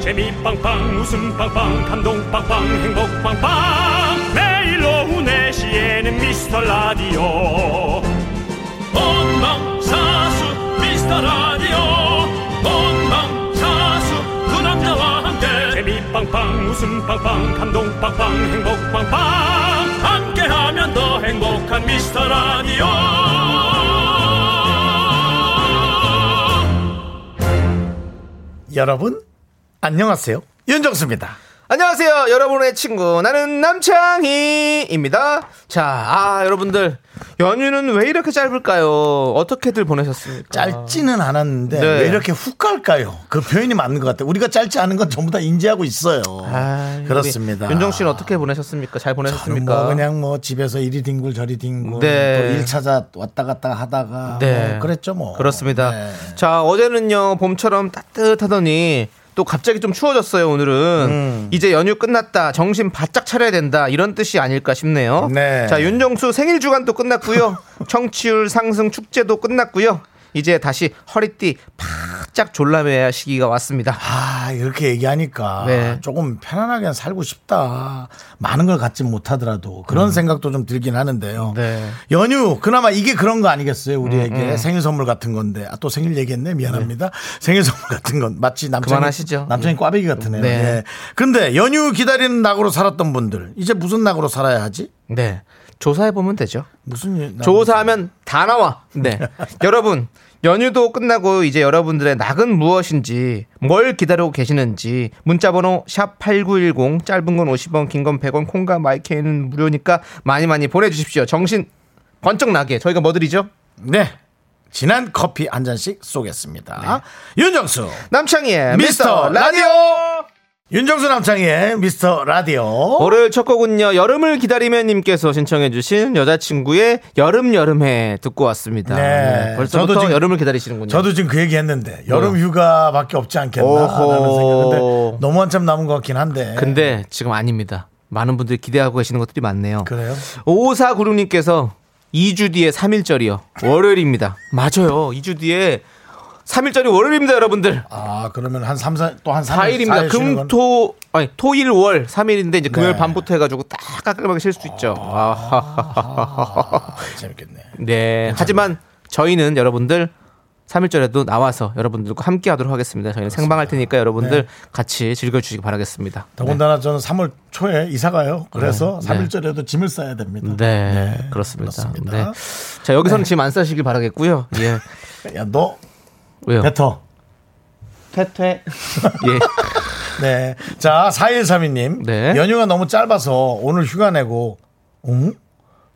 재미 빵빵 웃음 빵빵 감동 빵빵 행복 빵빵 매일 오후 4시에는 미스터 라디오 본방사수 미스터 라디오 본방사수 그 남자와 함께 재미 빵빵 웃음 빵빵 감동 빵빵 행복 빵빵 함께하면 더 행복한 미스터 라디오 여러분 안녕하세요. 윤정수입니다. 안녕하세요, 여러분의 친구 나는 남창희입니다. 자, 아 여러분들 연휴는 왜 이렇게 짧을까요? 어떻게들 보내셨습니까? 짧지는 않았는데 네. 왜 이렇게 훅 갈까요? 그 표현이 맞는 것 같아요. 우리가 짧지 않은 건 전부 다 인지하고 있어요. 아, 우리 그렇습니다. 윤정 씨는 어떻게 보내셨습니까? 저는 잘 보내셨습니까? 뭐 그냥 뭐 집에서 이리 뒹굴 저리 뒹굴 네. 또 일 찾아 왔다 갔다 하다가 네. 뭐 그랬죠 뭐. 그렇습니다. 네. 자, 어제는요, 봄처럼 따뜻하더니 또 갑자기 좀 추워졌어요, 오늘은. 이제 연휴 끝났다. 정신 바짝 차려야 된다. 이런 뜻이 아닐까 싶네요. 네. 자, 윤정수 생일 주간도 끝났고요. 청취율 상승 축제도 끝났고요. 이제 다시 허리띠 바짝 졸라매야 시기가 왔습니다. 아 이렇게 얘기하니까 네. 조금 편안하게 살고 싶다. 많은 걸 갖진 못하더라도 그런 생각도 좀 들긴 하는데요. 음. 네. 음, 연휴 그나마 이게 그런 거 아니겠어요? 우리에게 생일 선물 같은 건데 아, 또 생일 얘기했네 미안합니다. 생일 선물 같은 건 마치 남편이 그만하시죠. 남편이 꽈배기 같으네요. 네. 예. 근데 연휴 기다리는 낙으로 살았던 분들 이제 무슨 낙으로 살아야 하지? 네. 조사해보면 되죠. 무슨 일- 낙- 조사하면 다 나와. 네. 여러분, 연휴도 끝나고 이제 여러분들의 낙은 무엇인지, 뭘 기다리고 계시는지, 문자번호 샵8910, 짧은 건 50원, 긴 건 100원, 콩과 마이케이는 무료니까 많이 많이 보내주십시오. 정신 번쩍 나게. 저희가 뭐 드리죠? 네 진한 커피 한 잔씩 쏘겠습니다. 네. 윤정수 남창희의 미스터 미스터 라디오! 윤정수 남창희의 미스터 라디오. 월요일 첫 곡은요, 여름을 기다리면님께서 신청해주신 여자친구의 여름여름해 듣고 왔습니다. 네. 네, 벌써부터 저도 지금- 여름을 기다리시는군요. 저도 지금 그 얘기 했는데 여름 휴가밖에 없지 않겠나라는 어. 오호. 생각인데 너무 한참 남은 것 같긴 한데. 근데 지금 아닙니다. 많은 분들이 기대하고 계시는 것들이 많네요. 그래요? 5496님께서 2주 뒤에 3일절이요. 월요일입니다. 맞아요. 2주 뒤에 3일절이 월요일입니다, 여러분들. 아 그러면 한 3, 4 또한 3, 4일입니다. 네. 금, 토, 아니, 토, 일, 월, 3일인데, 이제 금요일 밤부터 해가지고 딱 깔끔하게 쉴 수 있죠. 아하하하하. 재밌겠네. 네. 하지만 저희는 여러분들 3일절에도 나와서 여러분들과 함께 하도록 하겠습니다. 네. 저희는 생방할 테니까 여러분들 같이 즐겨주시기 바라겠습니다. 더군다나 저는 3월 초에 이사가요. 그래서 네. 3일절에도 짐을 싸야 됩니다. 네, 그렇습니다. 그렇습니다. 네. 자, 여기서는 지금 안 싸시길 바라겠고요. 예. 야, 너 왜요? 뱉어. 퇴퇴. 예. 네. 자, 4132님. 네. 연휴가 너무 짧아서 오늘 휴가 내고, 응?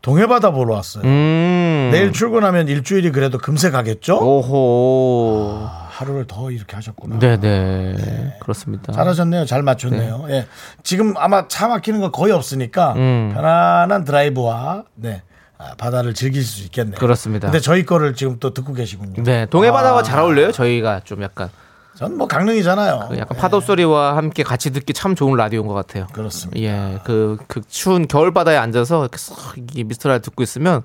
동해바다 보러 왔어요. 음. 내일 출근하면 일주일이 그래도 금세 가겠죠? 오호. 하루를 더 이렇게 하셨구나. 네, 네. 그렇습니다. 잘하셨네요. 잘 맞췄네요. 예. 지금 아마 차 막히는 거 거의 없으니까 음. 편안한 드라이브와 네. 아, 바다를 즐길 수 있겠네요. 아. 그렇습니다. 근데 저희 거를 지금 또 듣고 계시군요. 네, 동해바다와 잘 어울려요. 저희가 좀 약간 전 뭐 강릉이잖아요. 그 약간 파도 소리와 함께 같이 듣기 참 좋은 라디오인 것 같아요. 네. 그렇습니다. 예, 그, 그 추운 겨울 바다에 앉아서 이렇게 싹 이 미스터라 듣고 있으면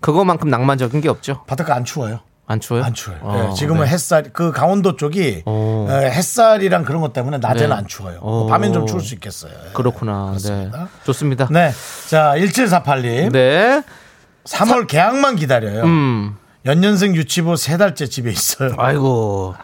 그거만큼 낭만적인 게 없죠. 바닷가 안 추워요? 안 추워요? 안 추워요. 어, 예, 지금은 네. 햇살 그 강원도 쪽이 어. 어, 햇살이랑 그런 것 때문에 낮에는 네. 안 추워요. 어. 밤엔 좀 추울 수 있겠어요. 예. 그렇구나. 네. 그렇습니다. 좋습니다. 네. 자, 1748님. 네. 3월 개학만 기다려요. 음. 연년생 유치부 세 달째 집에 있어요. 아이고.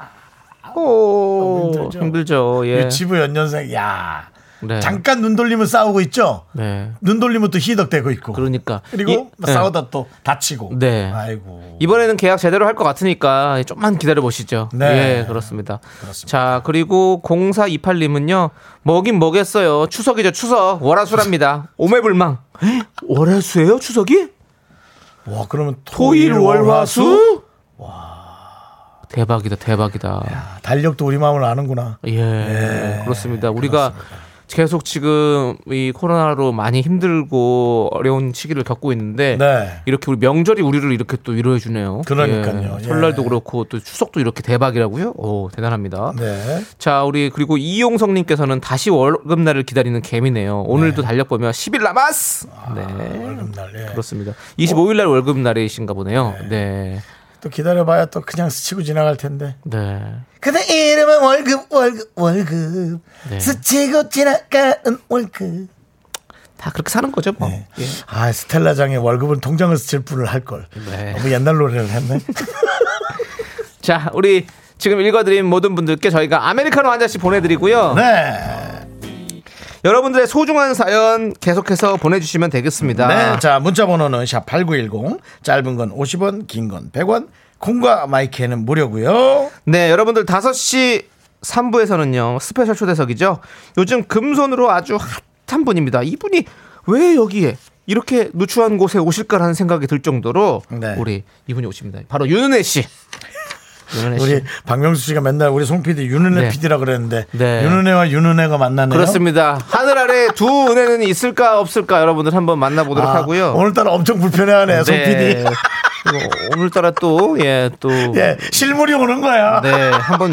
오, 힘들죠. 힘들죠. 예. 유치부 연년생 야 네. 잠깐 눈 돌리면 싸우고 있죠 네. 눈 돌리면 또 희덕대고 있고 그 그러니까. 리고 이- 네. 싸우다 또 다치고 네. 예. 아이고 이번에는 계약 제대로 할 것 같으니까 좀만 기다려 보시죠. 네. 예, 그렇습니다. 자, 그리고 0428님은요, 뭐긴 뭐겠어요. 추석이죠, 추석. 월화수랍니다. 오매불망. 헉, 월화수예요, 추석이? 와 그러면 토일 토일 월화수 월화수? 와, 대박이다, 대박이다. 아, 달력도 우리 마음을 아는구나 네, 예, 그렇습니다. 우리가 계속 지금 이 코로나로 많이 힘들고 어려운 시기를 겪고 있는데 네 이렇게 우리 명절이 우리를 이렇게 또 위로해 주네요. 그러니까요. 예. 설날도 그렇고 또 추석도 이렇게 대박이라고요. 오, 대단합니다. 네. 자, 우리 그리고 이용성 님께서는 다시 월급날을 기다리는 개미네요. 오늘도 달력 보면 10일 아, 남았어. 네. 월급날 예. 그렇습니다. 25일 날 월급날이신가 보네요. 네. 또 기다려봐야 또 그냥 스치고 지나갈 텐데. 네. 그대 이름은 월급 월급 월급 네. 스치고 지나가는 월급. 다 그렇게 사는 거죠, 뭐. 네. 아 스텔라장의 월급은 통장을 스칠 뿐을 할 걸. 네. 너무 옛날 노래를 했네. 자, 우리 지금 읽어드린 모든 분들께 저희가 아메리카노 한 잔씩 보내드리고요. 네. 여러분들의 소중한 사연 계속해서 보내주시면 되겠습니다. 네. 자 문자 번호는 샵 #8910 짧은 건 50원, 긴 건 100원. 콩과 마이크는 무료고요. 네, 여러분들 5시 3부에서는요, 스페셜 초대석이죠. 요즘 금손으로 아주 핫한 분입니다. 이분이 왜 여기에 이렇게 누추한 곳에 오실까라는 생각이 들 정도로 네. 우리 이분이 오십니다. 바로 윤은혜 씨. 윤은혜 네, 씨. 우리 박명수 씨가 맨날 우리 송 PD 윤은혜 네. PD라 그랬는데 네. 윤은혜와 윤은혜가 만나네요. 그렇습니다. 하늘 아래 두 은혜는 있을까 없을까 여러분들 한번 만나보도록 아, 하고요. 오늘따라 엄청 불편해하네 송 PD. 그리고 오늘따라 또, 예, 또. 예, 실물이 오는 거야. 네, 한번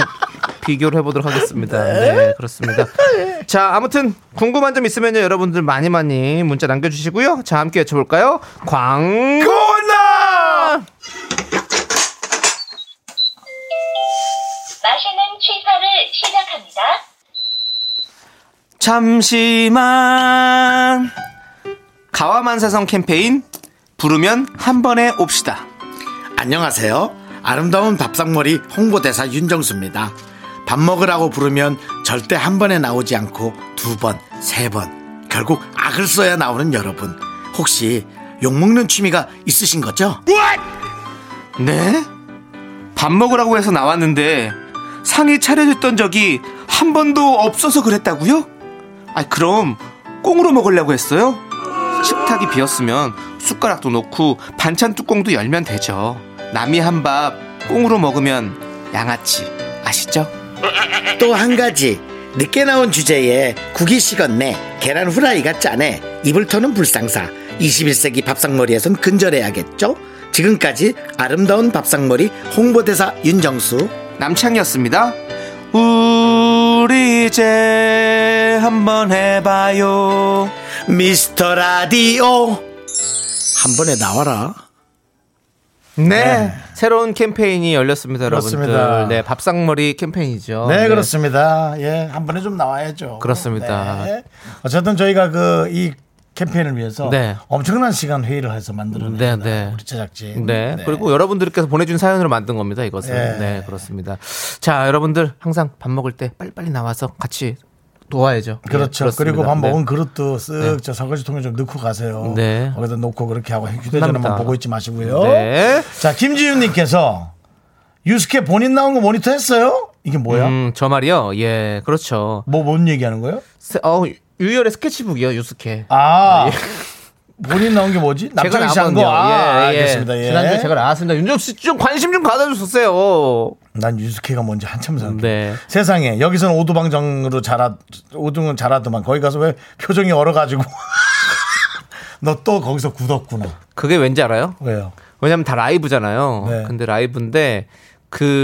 비교를 해보도록 하겠습니다. 네, 그렇습니다. 자, 아무튼 궁금한 점 있으면요, 여러분들 많이 많이 문자 남겨주시고요. 자, 함께 외쳐볼까요? 광고! 고나! 맛있는 취사를 시작합니다. 잠시만. 가와만사성 캠페인 부르면 한 번에 옵시다. 안녕하세요. 아름다운 밥상머리 홍보대사 윤정수입니다. 밥 먹으라고 부르면 절대 한 번에 나오지 않고 두 번, 세 번, 결국 악을 써야 나오는 여러분. 혹시 욕먹는 취미가 있으신 거죠? 네? 밥 먹으라고 해서 나왔는데 상이 차려졌던 적이 한 번도 없어서 그랬다고요? 아 그럼 꽁으로 먹으려고 했어요? 식탁이 비었으면 숟가락도 놓고 반찬 뚜껑도 열면 되죠. 남이 한 밥 꽁으로 먹으면 양아치 아시죠? 또 한 가지 늦게 나온 주제에 국이 식었네 계란 후라이가 짜네 입을 터는 불상사 21세기 밥상머리에선 근절해야겠죠 지금까지 아름다운 밥상머리 홍보대사 윤정수 남창이었습니다. 우리 이제 한번 해봐요. 미스터 라디오 한 번에 나와라 네. 새로운 캠페인이 열렸습니다, 여러분들. 그렇습니다. 네, 밥상머리 캠페인이죠. 네, 그렇습니다. 예, 한 번에 좀 나와야죠. 그렇습니다. 네. 어쨌든 저희가 그 이 캠페인을 위해서 네. 엄청난 시간 회의를 해서 만들어낸 네, 네, 네. 우리 제작진. 네. 그리고 여러분들께서 보내준 사연으로 만든 겁니다, 이것은. 네. 네, 그렇습니다. 자, 여러분들 항상 밥 먹을 때 빨리빨리 나와서 같이 도와야죠. 그렇죠. 예, 그렇습니다. 그리고 밥 네. 먹은 그릇도 쓱 저 설거지통에 좀 넣고 가세요. 네. 거기다 놓고 그렇게 하고 끝납니다. 휴대전화만 보고 있지 마시고요. 네. 자, 김지윤님께서 유스케 본인 나온 거 모니터 했어요? 이게 뭐야? 음, 저 말이요. 예, 그렇죠. 뭐 뭔 얘기하는 거예요? 세- 어, 유열의 스케치북이요, 유스케. 아 본인 나온 게 뭐지? 제가 남창희 씨한 거. 나왔거든요. 아, 네. 예, 예. 알겠습니다. 예. 지난주에 제가 나왔습니다. 윤정수 씨 좀 관심 좀 가져주세요. 난 유스케가 뭔지 한참 생각. 네. 세상에 여기서는 오두방정으로 자라 오등은 자라더만 거기 가서 왜 표정이 얼어가지고 너 또 거기서 굳었구나. 그게 왠지 알아요? 왜요? 왜냐면 다 라이브잖아요. 네. 근데 라이브인데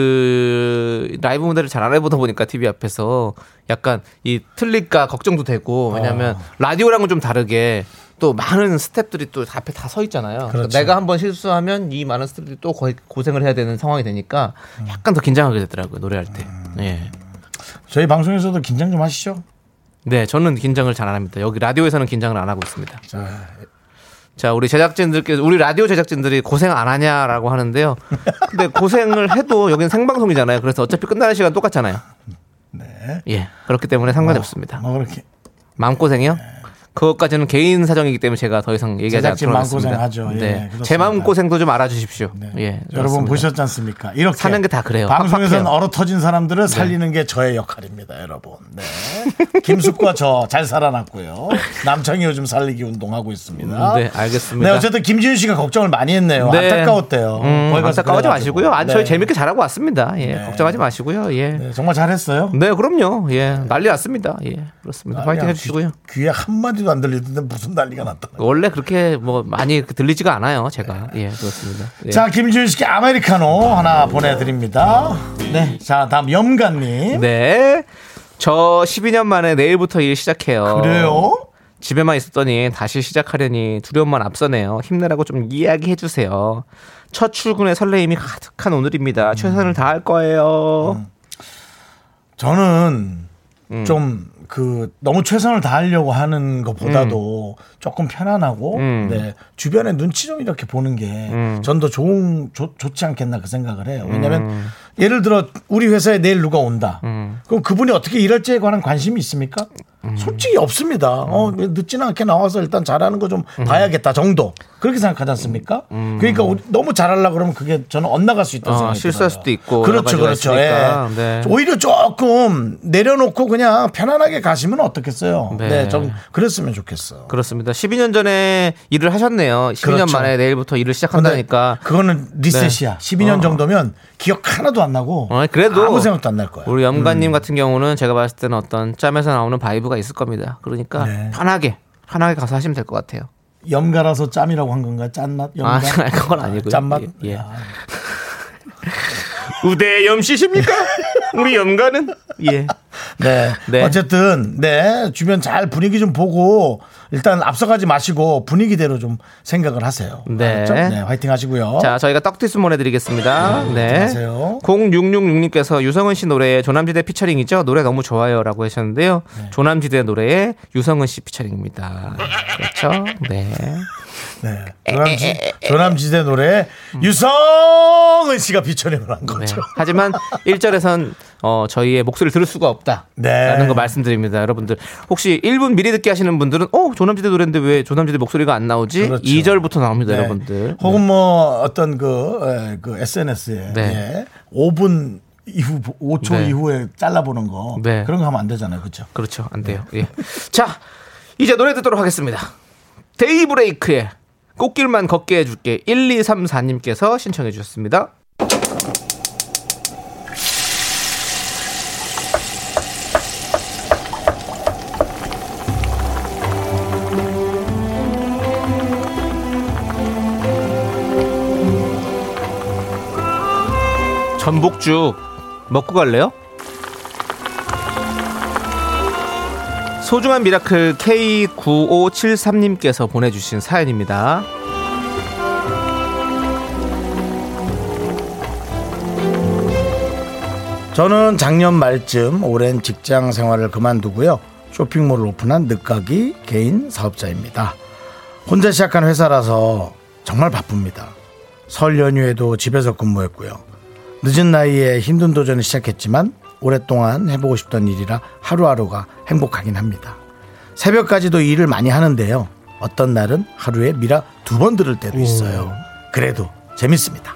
그 라이브 무대를 잘 안 해보다 보니까 TV 앞에서 약간 이 틀릴까 걱정도 되고 왜냐면 아. 라디오랑은 좀 다르게 또 많은 스탭들이 또 앞에 다 서 있잖아요. 그러니까 그렇죠. 내가 한번 실수하면 이 많은 스탭들이 또 거의 고생을 해야 되는 상황이 되니까 음. 약간 더 긴장하게 되더라고요 노래할 때. 예. 저희 방송에서도 긴장 좀 하시죠. 네, 저는 긴장을 잘 안 합니다. 여기 라디오에서는 긴장을 안 하고 있습니다. 자, 예. 자, 우리 제작진들께서 우리 라디오 제작진들이 고생 안 하냐라고 하는데요. 근데 고생을 해도 여기는 생방송이잖아요. 그래서 어차피 끝나는 시간 똑같잖아요. 네. 예. 그렇기 때문에 상관이 없습니다. 뭐 네. 그렇게 마음고생이요? 그것까지는 개인 사정이기 때문에 제가 더 이상 얘기하지 제작진 않도록 하겠습니다. 마음고생하죠. 예, 네. 그렇습니다. 제 마음고생도 좀 알아 주십시오. 네. 예. 여러분 그렇습니다. 보셨지 않습니까? 이렇게 사는 게다 그래요. 방송에서는 팍팍해요. 네. 얼어 터진 사람들을 살리는 게 저의 역할입니다, 여러분. 네. 김숙과 저 잘 살아났고요. 남창이 요즘 살리기 운동하고 있습니다. 네, 알겠습니다. 네, 어쨌든 김지윤 씨가 걱정을 많이 했네요. 네. 안타까웠대요. 음, 거기 가서 안타까워하지 그래가지고. 마시고요. 아니, 네. 저희 재밌게 잘하고 왔습니다. 예. 걱정하지 마시고요. 예. 네, 정말 잘했어요. 네, 그럼요. 예, 난리 났습니다. 예, 그렇습니다. 파이팅 아니야, 해주시고요. 귀, 귀에 한마디도 안 들리던데 무슨 난리가 났다. 원래 그렇게 뭐 많이 그 들리지가 않아요, 제가. 예, 그렇습니다. 예. 네. 자, 김지윤 씨께 아메리카노 하나 보내드립니다. 네. 자, 다음 염간님. 네. 저 12년 만에 내일부터 일 시작해요. 그래요? 집에만 있었더니 다시 시작하려니 두려움만 앞서네요. 힘내라고 좀 이야기해 주세요. 첫 출근의 설레임이 가득한 오늘입니다. 음. 최선을 다할 거예요. 저는 음. 좀 그 너무 최선을 다하려고 하는 것보다도 조금 편안하고 음. 네, 주변에 눈치 좀 이렇게 보는 게 전 더 좋은 좋, 좋지 않겠나 그 생각을 해요. 왜냐하면 음. 예를 들어 우리 회사에 내일 누가 온다. 그럼 그분이 어떻게 일할지에 관한 관심이 있습니까? 음. 솔직히 없습니다. 어, 늦지는 않게 나와서 일단 잘하는 거 좀 음. 봐야겠다 정도. 그렇게 생각하지 않습니까? 그러니까 우리- 너무 잘하려고 그러면 그게 저는 엇나갈 수 있다고 아, 생각이 실수할 들어요. 수도 있고 여러 그렇죠, 가지가 그렇죠. 있으니까. 예. 네. 오히려 조금 내려놓고 그냥 편안하게 가시면 어떻겠어요? 네. 네, 좀 그랬으면 좋겠어. 그렇습니다. 12년 전에 일을 하셨네요. 12년 그렇죠. 만에 내일부터 일을 근데 시작한다니까. 그거는 리셋이야. 네. 12년 어. 정도면 기억 하나도 안 나고 어, 그래도 아무 생각도 안 날 거야. 우리 음. 염관님 같은 경우는 제가 봤을 때는 어떤 짬에서 나오는 바이브가 있을 겁니다. 그러니까 네. 편하게 편하게 가서 하시면 될 것 같아요. 염가라서 짬이라고 한 건가? 짠맛? 아, 염가? 그건 아니고요. 짠맛? 예, 예. 아, 우대 염씨십니까? 우리 염관은 예. 네. 네. 어쨌든 네 주변 잘 분위기 좀 보고 일단 앞서가지 마시고 분위기대로 좀 생각을 하세요. 네. 알았죠? 네 화이팅 하시고요. 자, 저희가 떡티스 보내드리겠습니다. 네. 안녕하세요. 0666님께서 유성은 씨 노래에 조남지대 피처링이죠? 노래 너무 좋아요. 라고 하셨는데요. 네. 조남지대 노래에 유성은 씨 피처링입니다. 그렇죠? 네. 네. 조남지, 조남지대 노래 유성은 씨가 피처링을 한 네. 거죠. 하지만 1절에선 어, 저희의 목소리를 들을 수가 없다. 네. 라는 거 말씀드립니다. 여러분들. 혹시 1분 미리 듣기 하시는 분들은 어, 조남지대 노래인데 왜 조남지대 목소리가 안 나오지? 그렇죠. 2절부터 나옵니다, 네. 여러분들. 혹은 뭐 어떤 그, 에, 그 SNS에 예, 네. 5분 이후 5초 네. 이후에 잘라보는 거 네. 그런 거 하면 안 되잖아요, 그렇죠? 그렇죠. 안 돼요. 예. 자, 이제 노래 듣도록 하겠습니다. 데이브레이크의 꽃길만 걷게 해줄게 1234님께서 신청해 주셨습니다. 전복죽 먹고 갈래요? 소중한 미라클 K9573님께서 보내주신 사연입니다. 저는 작년 말쯤 오랜 직장 생활을 그만두고요. 쇼핑몰을 오픈한 늦가기 개인 사업자입니다. 혼자 시작한 회사라서 정말 바쁩니다. 설 연휴에도 집에서 근무했고요. 늦은 나이에 힘든 도전을 시작했지만 오랫동안 해보고 싶던 일이라 하루하루가 행복하긴 합니다. 새벽까지도 일을 많이 하는데요. 어떤 날은 하루에 미라 두 번 들을 때도 있어요. 그래도 재밌습니다.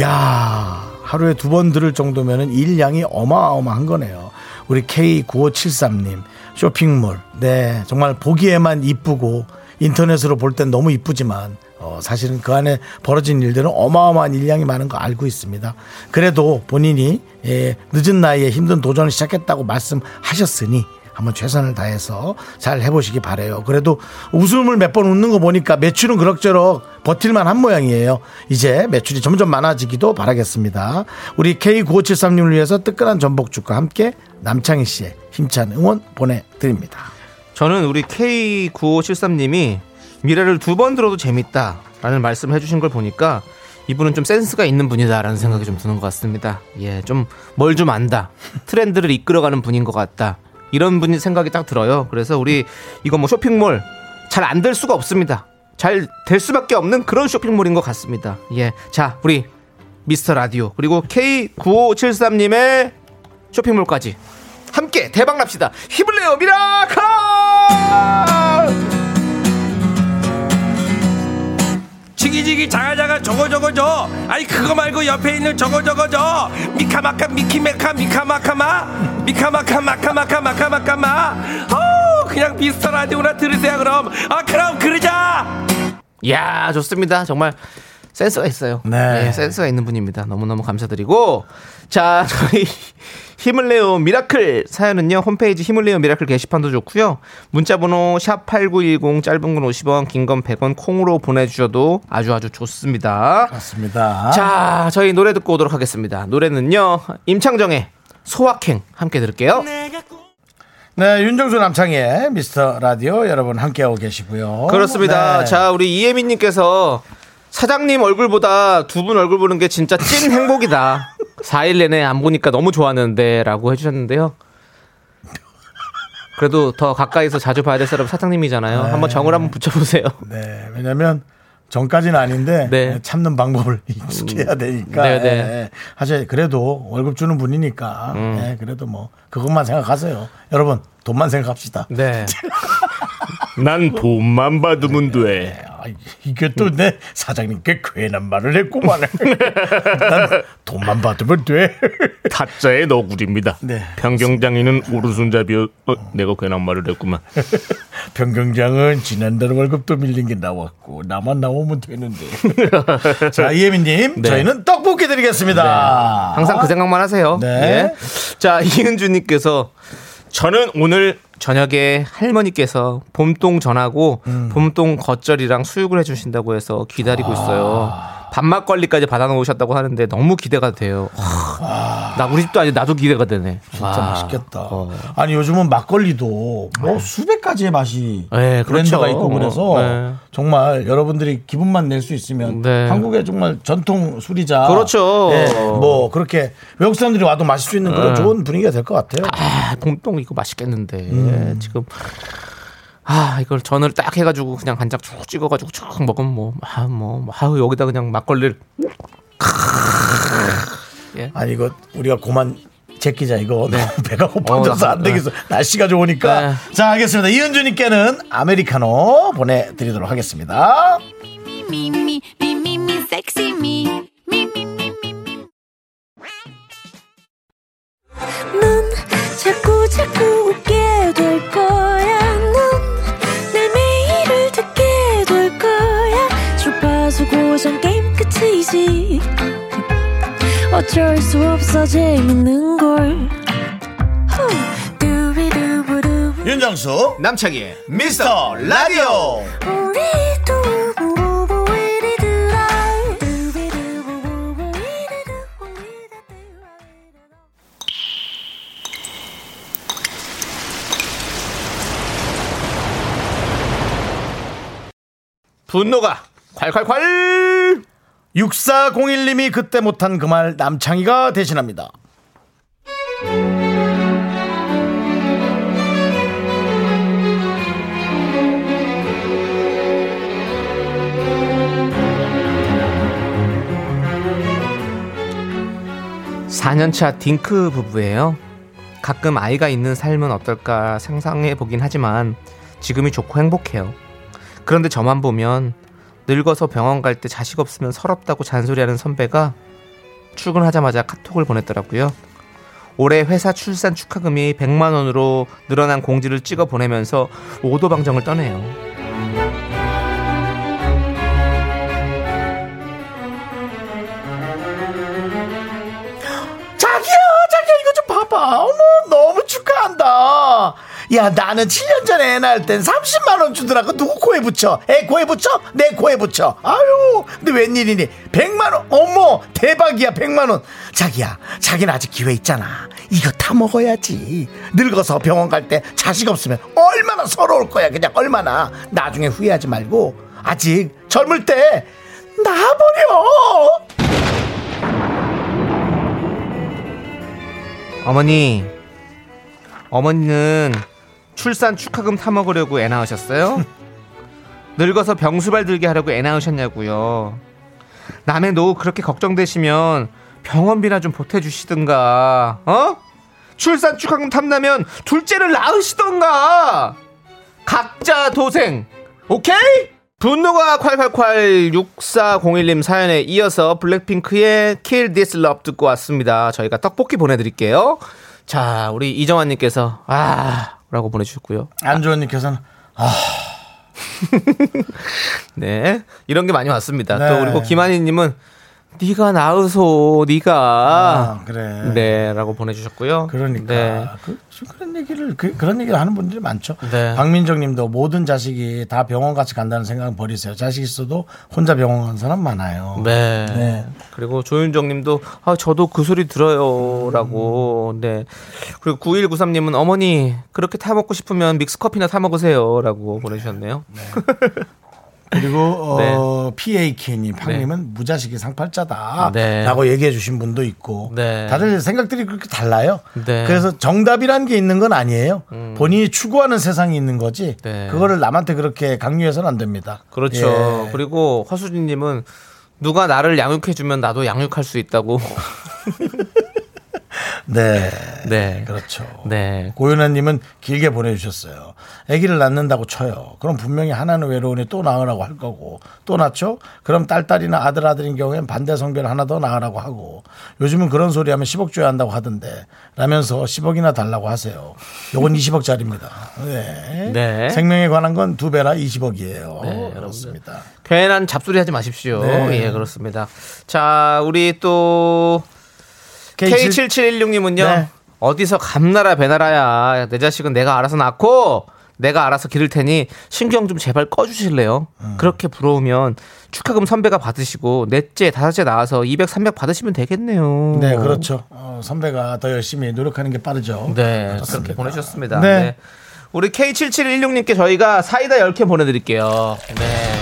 야 하루에 두 번 들을 정도면은 일량이 어마어마한 거네요. 우리 K9573님 쇼핑몰 네 정말 보기에만 이쁘고 인터넷으로 볼 땐 너무 이쁘지만 어, 사실은 그 안에 벌어진 일들은 어마어마한 일량이 많은 거 알고 있습니다. 그래도 본인이 예, 늦은 나이에 힘든 도전을 시작했다고 말씀하셨으니 한번 최선을 다해서 잘 해보시기 바래요. 그래도 웃음을 몇 번 웃는 거 보니까 매출은 그럭저럭 버틸만 한 모양이에요. 이제 매출이 점점 많아지기도 바라겠습니다. 우리 K9573님을 위해서 뜨끈한 전복죽과 함께 남창희 씨의 힘찬 응원 보내드립니다. 저는 우리 K9573님이 미래를 두 번 들어도 재밌다라는 말씀을 해주신 걸 보니까 이분은 좀 센스가 있는 분이다라는 생각이 좀 드는 것 같습니다. 예, 좀 뭘 좀 안다. 트렌드를 이끌어가는 분인 것 같다. 이런 분이 생각이 딱 들어요. 그래서 우리 이거 뭐 쇼핑몰 잘 안 될 수가 없습니다. 잘 될 수밖에 없는 그런 쇼핑몰인 것 같습니다. 예, 자 우리 미스터 라디오 그리고 K9573님의 쇼핑몰까지 함께 대박 납시다. 힘을 내요 미라카! 지기지기 자가자가 저거 저거 저 아니 그거 말고 옆에 있는 저거 저거 저 미카마카 미키메카 미카마카마 미카마카마카마카마카마카마 어 그냥 미스터 라디오나 들으세요 그럼 아 그럼 그러자 야 좋습니다. 정말 센스가 있어요. 네. 예, 센스가 있는 분입니다. 너무너무 감사드리고 자 저희 힘을 내요 미라클 사연은요 홈페이지 힘을 내요 미라클 게시판도 좋고요 문자번호 샵 #8910 짧은 건 50원, 긴 건 100원 콩으로 보내주셔도 아주 아주 좋습니다. 맞습니다. 자, 저희 노래 듣고 오도록 하겠습니다. 노래는요 임창정의 소확행 함께 들을게요. 네, 윤정수 남창희의 미스터 라디오 여러분 함께하고 계시고요. 그렇습니다. 네. 자, 우리 이혜민님께서 사장님 얼굴보다 두 분 얼굴 보는 게 진짜 찐 행복이다. 4일 내내 안 보니까 너무 좋았는데 라고 해주셨는데요. 그래도 더 가까이서 자주 봐야 될 사람 사장님이잖아요. 한번 정을 한번 붙여보세요. 네, 왜냐면 전까지는 아닌데 네. 참는 방법을 익숙해야 되니까. 네, 네. 예, 예. 사실 그래도 월급 주는 분이니까 음. 예, 그래도 뭐 그것만 생각하세요. 여러분 돈만 생각합시다. 네. 난 돈만 받으면 네. 돼. 아, 이게 또 내 사장님께 괜한 말을 했구만. 네. 난 돈만 받으면 돼. 타짜의 너구리입니다. 네. 변경장이는 오른손잡이여. 어, 내가 괜한 말을 했구만. 변경장은 지난달 월급도 밀린 게 나왔고 나만 나오면 되는데. 자 이혜민님 저희는 떡볶이 드리겠습니다. 네. 항상 그 생각만 하세요. 네. 예. 자, 이은주님께서 저는 오늘 저녁에 할머니께서 봄동 전하고 봄동 겉절이랑 수육을 해주신다고 해서 기다리고 있어요. 밥막걸리까지 받아놓으셨다고 하는데 너무 기대가 돼요. 와, 나 우리 집도 아직 나도 기대가 되네. 진짜 맛있겠다. 어. 아니 요즘은 막걸리도 뭐 수백 가지의 맛이 네, 그렇죠. 브랜드가 있고 그래서 어, 네. 정말 여러분들이 기분만 낼 수 있으면 네. 한국의 정말 전통 술이자 그렇죠. 네. 예, 뭐 그렇게 외국 사람들이 와도 마실 수 있는 그런 좋은 분위기가 될 것 같아요. 아, 봄동 이거 맛있겠는데 예, 지금. 아 이걸 전을 딱 해가지고 그냥 간장 쭉 찍어가지고 쭉 먹으면 뭐아뭐 아우 여기다 그냥 막걸리를 아니 이거 우리가 고만 제끼자 이거 너무 배가 고파져서 네. 어, 네. 나- 안 되겠어. 날씨가 좋으니까. 자 알겠습니다. 이은주님께는 아메리카노 보내드리도록 하겠습니다. 미미 미미미 섹시 미 미미미 넌 자꾸 자꾸 웃게 될 거야 넌내 매일을 듣게 될 거야 주파수 고정 게임 끝이지 어쩔 수 없어 재밌는 걸 후. 두비두부두. 윤정수 남창희의 미스터 라디오. 우리 두부부부 우리들아. 두비두부부부 우리들 우리들. 분노가 콸콸콸 6401님이 그때 못한 그 말 남창희가 대신합니다. 사년차 딩크 부부예요 가끔 아이가 있는 삶은 어떨까 상상해 보긴 하지만 지금이 좋고 행복해요 그런데 저만 보면 늙어서 병원 갈 때 자식 없으면 서럽다고 잔소리하는 선배가 출근하자마자 카톡을 보냈더라고요 올해 회사 출산 축하금이 100만 원으로 늘어난 공지를 찍어 보내면서 오도방정을 떠내요 자기야, 자기야 이거 좀 봐봐. 어머, 너무 축하한다. 야, 나는 7년 전에 애 낳을 땐 30만 원 주더라고. 누구 코에 붙여? 애 코에 붙여? 내 코에 붙여. 아유, 근데 웬일이니? 100만 원. 어머, 대박이야. 100만 원. 자기야, 자기는 아직 기회 있잖아. 이거 타 먹어야지. 늙어서 병원 갈 때 자식 없으면 얼마나 서러울 거야. 그냥 얼마나. 나중에 후회하지 말고 아직 젊을 때 나버려. 어머니, 어머니는 출산 축하금 타 먹으려고 애 낳으셨어요? 늙어서 병수발 들게 하려고 애 낳으셨냐고요. 남의 노후 그렇게 걱정되시면 병원비나 좀 보태주시든가, 어? 출산 축하금 탐나면 둘째를 낳으시던가. 각자 도생, 오케이? 분노가 콸콸콸 6401님 사연에 이어서 블랙핑크의 Kill This Love 듣고 왔습니다. 저희가 떡볶이 보내드릴게요. 자, 우리 이정환님께서 아 라고 보내주셨고요. 안주원님께서는 네, 이런 게 많이 왔습니다. 네. 또 그리고 김한희님은 네가 나으소 네가 아, 그래. 네라고 보내주셨고요. 그러니까 네. 그, 런 얘기를 그, 런 얘기를 하는 분들이 많죠. 네. 박민정님도 모든 자식이 다 병원 같이 간다는 생각은 버리세요. 자식 있어도 혼자 병원 간 사람 많아요. 네. 네. 그리고 조윤정님도 아 저도 그 소리 음. 들어요라고 네 그리고 9193님은 어머니 그렇게 타 먹고 싶으면 믹스 커피나 타 먹으세요라고 보내주셨네요. 그리고 어, PAK님, 박님은 무자식이 상팔자다라고 네. 얘기해 주신 분도 있고 네. 다들 생각들이 그렇게 달라요. 네. 음. 그래서 정답이라는 게 있는 건 아니에요. 본인이 추구하는 세상이 있는 거지. 네. 그거를 남한테 그렇게 강요해서는 안 됩니다. 그렇죠. 예. 그리고 허수진님은 누가 나를 양육해주면 나도 양육할 수 있다고. 네. 네. 그렇죠. 네. 고윤아님은 길게 보내주셨어요. 아기를 낳는다고 쳐요. 그럼 분명히 하나는 외로우니 또 낳으라고 할 거고 또 낳죠? 그럼 딸, 딸이나 아들, 아들인 경우엔 반대 성별 하나 더 낳으라고 하고 요즘은 그런 소리 하면 10억 줘야 한다고 하던데 라면서 10억이나 달라고 하세요. 요건 20억짜리입니다. 네. 네. 생명에 관한 건 두 배라 20억이에요. 네, 그렇습니다. 괜한 잡소리 하지 마십시오. 네. 예, 그렇습니다. 자, 우리 또 K7 K7716님은요. 네. 어디서 감나라 배나라야. 내 자식은 내가 알아서 낳고 내가 알아서 기를 테니 신경 좀 제발 꺼주실래요? 음. 그렇게 부러우면 축하금 선배가 받으시고 넷째, 다섯째 나와서 200, 300 받으시면 되겠네요. 네, 그렇죠. 어, 선배가 더 열심히 노력하는 게 빠르죠. 네, 그렇게 그렇습니다. 보내주셨습니다. 네. 네. 우리 K7716님께 저희가 사이다 10개 보내드릴게요. 네.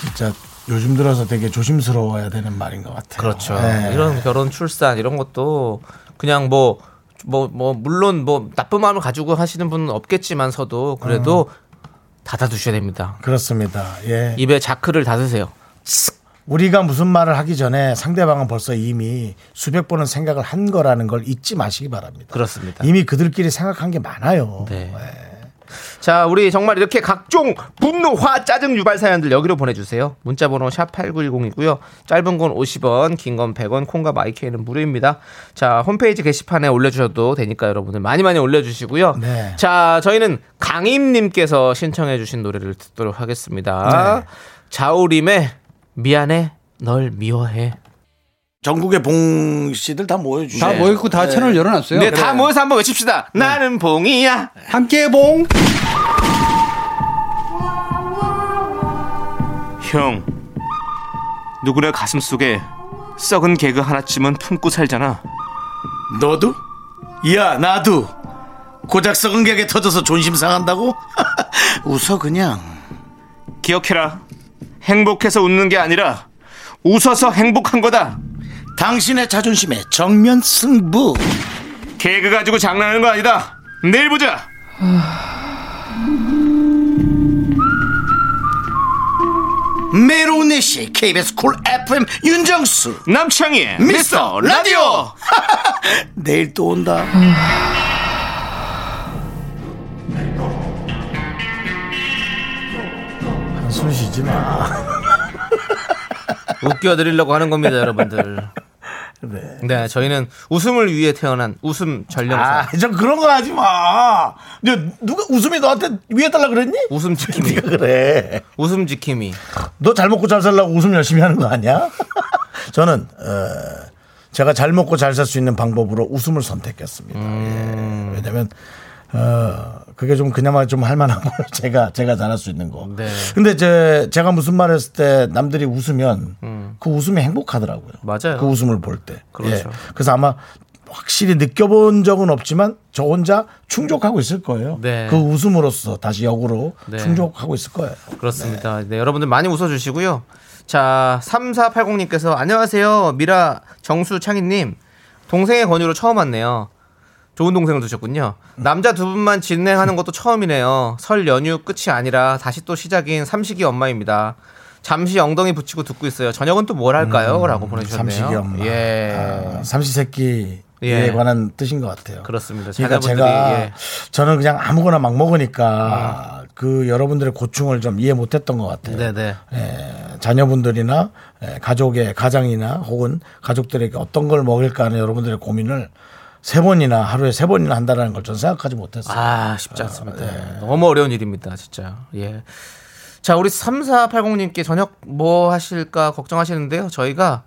진짜 요즘 들어서 되게 조심스러워야 되는 말인 것 같아요. 그렇죠. 네. 이런 결혼, 출산 이런 것도 그냥 뭐, 뭐, 뭐, 물론 뭐 나쁜 마음을 가지고 하시는 분은 없겠지만서도 그래도 닫아두셔야 됩니다. 그렇습니다. 예. 입에 자크를 닫으세요. 우리가 무슨 말을 하기 전에 상대방은 벌써 이미 수백 번은 생각을 한 거라는 걸 잊지 마시기 바랍니다. 그렇습니다. 이미 그들끼리 생각한 게 많아요. 네. 자, 우리 정말 이렇게 각종 분노, 화, 짜증 유발 사연들 여기로 보내주세요. 문자번호 샵 8910이고요. 짧은 건 50원, 긴 건 100원, 콩과 마이케이는 무료입니다. 자, 홈페이지 게시판에 올려주셔도 되니까 여러분들 많이 많이 올려주시고요. 네. 자, 저희는 강임님께서 신청해주신 노래를 듣도록 하겠습니다. 자우림의 미안해, 널 미워해. 전국의 봉 씨들 다 모여주세요. 다 모였고 다 채널 열어놨어요. 네, 다 모여서 한번 외칩시다. 나는 봉이야. 함께 봉. 형, 누구네 가슴 속에 썩은 개그 하나쯤은 품고 살잖아. 너도? 야 나도 고작 썩은 격에 터져서 존심 상한다고? 웃어 그냥 기억해라. 행복해서 웃는 게 아니라 웃어서 행복한 거다. 당신의 자존심에 정면 승부 개그 가지고 장난하는 거 아니다. 내일 보자. 매일 오후 4시 KBS 콜 FM 윤정수 남창희 미스터 라디오 내일 또 온다 한숨 쉬지 마. 웃겨드리려고 하는 겁니다, 여러분들. 네. 네, 저희는 웃음을 위해 태어난 웃음 전령사. 아, 좀 그런 거 하지 마. 너 누가 웃음이 너한테 위해달라 그랬니? 웃음 지킴이. 그래. 웃음 지킴이. 너 잘 먹고 잘 살라고 웃음 열심히 하는 거 아니야? 저는 어, 제가 잘 먹고 잘 살 수 있는 방법으로 웃음을 선택했습니다. 음. 예. 왜냐면 어, 그게 좀 그나마 좀 할만한 거예요. 제가 제가 잘할 수 있는 거. 네. 근데 제 제가 무슨 말했을 때 남들이 웃으면 그 웃음이 행복하더라고요. 맞아요. 그 웃음을 볼 때. 예. 그렇죠. 그래서 아마 확실히 느껴본 적은 없지만 저 혼자 충족하고 있을 거예요. 네. 그 웃음으로써 다시 역으로 네. 충족하고 있을 거예요. 그렇습니다. 네. 여러분들 많이 웃어주시고요. 자, 3480님께서 안녕하세요. 미라 정수창희님. 동생의 권유로 처음 왔네요. 좋은 동생을 두셨군요. 남자 두 분만 진행하는 것도 처음이네요. 설 연휴 끝이 아니라 다시 또 시작인 삼식이 엄마입니다. 잠시 엉덩이 붙이고 듣고 있어요. 저녁은 또 뭘 할까요? 라고 보내주셨네요. 음, 삼식이 엄마. 예. 아, 삼시세끼에 예. 관한 뜻인 것 같아요. 그렇습니다. 그러니까 자녀분들이, 제가 예. 아. 저는 그냥 아무거나 막 먹으니까 그 여러분들의 고충을 좀 이해 못했던 것 같아요. 네네. 예, 자녀분들이나 예, 가족의 가장이나 혹은 가족들에게 어떤 걸 먹일까 하는 여러분들의 고민을 세 번이나 하루에 세 번이나 한다는 걸 저는 생각하지 못했어요. 네. 아 쉽지 않습니다. 너무 어려운 일입니다, 진짜. 예. 자, 우리 3480님께 저녁 뭐 하실까 걱정하시는데요. 저희가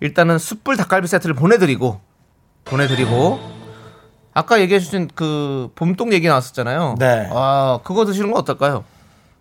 일단은 숯불 닭갈비 세트를 보내드리고, 보내드리고, 아까 얘기해주신 그 봄동 얘기 나왔었잖아요. 네. 아, 그거 드시는 건 어떨까요?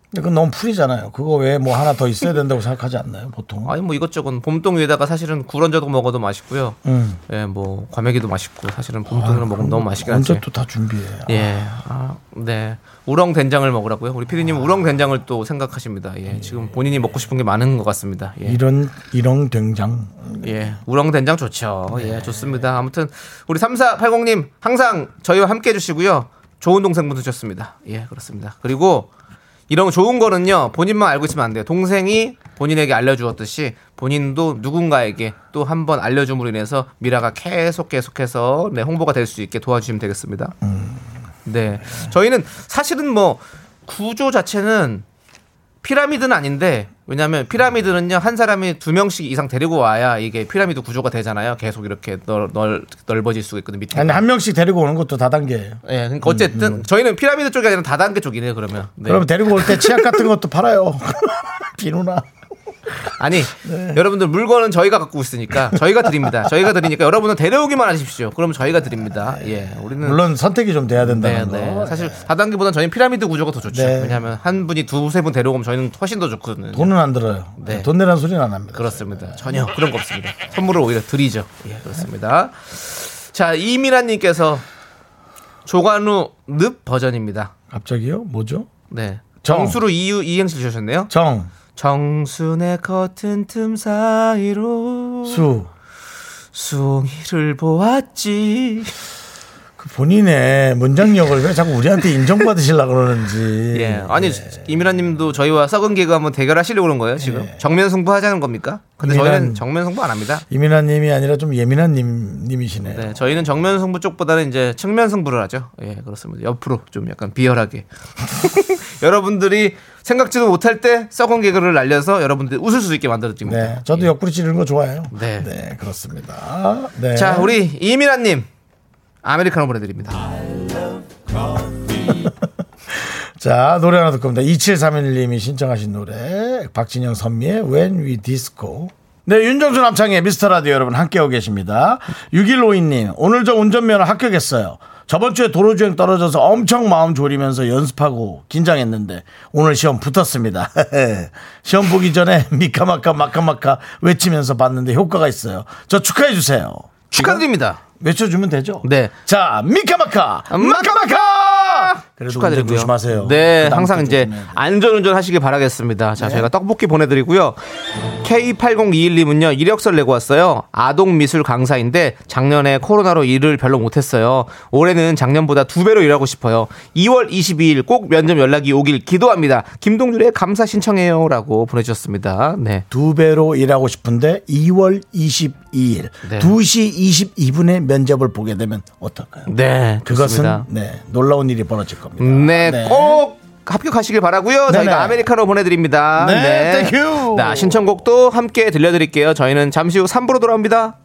근데 그건 너무 풀이잖아요. 그거 외에 뭐 하나 더 있어야 된다고 생각하지 않나요, 보통? 아니, 뭐 이것저것 봄동 위에다가 사실은 굴 얹어도 먹어도 맛있고요. 음. 아, 예, 뭐 과메기도 맛있고, 사실은 봄동으로 먹으면 너무 맛있긴 하지. 언제 또 다 준비해요. 예. 아, 네. 우렁 된장을 먹으라고요. 우리 피디님 우렁 된장을 또 생각하십니다. 아. 예. 지금 본인이 먹고 싶은 게 많은 것 같습니다. 예. 이런 이런 된장 예. 우렁 된장 좋죠. 예, 좋습니다. 아무튼 우리 3480님 항상 저희와 함께 해 주시고요. 좋은 동생분 되셨습니다. 예, 그렇습니다. 그리고 이런 좋은 거는요. 본인만 알고 있으면 안 돼요. 동생이 본인에게 알려주었듯이 본인도 누군가에게 또 한 번 알려줌으로 인해서 미라가 계속 계속해서 네, 홍보가 될 수 있게 도와주시면 되겠습니다. 네. 저희는 사실은 뭐 구조 자체는 피라미드는 아닌데 왜냐하면 피라미드는요 한 사람이 두 명씩 이상 데리고 와야 이게 피라미드 구조가 되잖아요. 계속 이렇게 넓, 넓, 넓어질 수가 있거든 밑에. 아니 한 명씩 데리고 오는 것도 다단계예요. 예, 그러니까 어쨌든 저희는 피라미드 쪽이 아니라 다단계 쪽이네요. 그러면. 네. 그럼 데리고 올 때 치약 같은 것도 팔아요. 비누나. 아니 네. 여러분들 물건은 저희가 갖고 있으니까 저희가 드립니다. 저희가 드리니까 여러분은 데려오기만 하십시오. 그럼 저희가 드립니다. 예, 우리는 물론 선택이 좀 돼야 네, 된다는 네. 거. 사실 4단계보다는 저희는 피라미드 구조가 더 좋죠. 네. 왜냐하면 한 분이 두세 분 데려오면 저희는 훨씬 더 좋거든요. 돈은 안 들어요. 네. 돈 내라는 소리는 안 합니다. 그렇습니다. 전혀 그런 거 없습니다. 선물을 오히려 드리죠. 예, 그렇습니다. 자, 이민아님께서 조관우 늪 버전입니다. 갑자기요? 뭐죠? 네. 정. 정수로 이유 이행시 주셨네요. 정, 정순의 커튼 틈 사이로 수. 수홍이를 보았지. 그 본인의 문장력을 왜 자꾸 우리한테 인정받으시려고 그러는지. 예. 아니 이민아님도 저희와 썩은 개그 한번 대결하시려고 그런 거예요 지금? 정면 승부하자는 겁니까? 근데 이민아- 저희는 정면 승부 안 합니다. 이민아 님이 아니라 좀 예민한 님, 님이시네요. 네, 저희는 정면 승부 쪽보다는 이제 측면 승부를 하죠. 예, 그렇습니다. 옆으로 좀 약간 비열하게. 여러분들이 생각지도 못할 때 썩은 개그를 날려서 여러분들이 웃을 수 있게 만들어 드립니다. 네, 저도 예. 옆구리 찌르는 거 좋아해요. 네. 그렇습니다. 네. 자, 우리 이민아 님. 아메리카노 보내 드립니다. 자, 노래 하나 듣고 옵니다. 2731님이 신청하신 노래. 박진영 선미의 When We Disco. 네, 윤정수 남창의 미스터 라디오 여러분 함께하고 계십니다. 6152님, 오늘 저 운전면허 합격했어요. 저번 주에 도로주행 떨어져서 엄청 마음 졸이면서 연습하고 긴장했는데 오늘 시험 붙었습니다. 시험 보기 전에 미카마카 마카마카 외치면서 봤는데 효과가 있어요. 저 축하해 주세요. 축하드립니다. 외쳐주면 되죠? 네. 자, 미카마카 마카마카. 그래도 운전 축하드리고요. 조심하세요. 네, 그 다음 항상 주 이제 아- 조심해야 돼요. 네. 안전운전 하시길 바라겠습니다. 자, 저희가 떡볶이 보내드리고요. K8021님은요, 이력서를 내고 왔어요. 아동미술 강사인데 작년에 코로나로 일을 별로 못했어요. 올해는 작년보다 두 배로 일하고 싶어요. 2월 22일 꼭 면접 연락이 오길 기도합니다. 김동률의 감사 신청해요. 라고 보내주셨습니다. 네. 두 배로 일하고 싶은데 2월 22일 네. 2시 22분에 면접을 보게 되면 어떨까요? 네. 그것은 좋습니다. 네, 놀라운 일이 벌어질 겁니다. 네, 꼭 합격하시길 네네. 바라고요. 저희가 아메리카노 보내드립니다. 네, 땡큐. 나 신청곡도 함께 들려드릴게요. 저희는 잠시 후 3부로 돌아옵니다.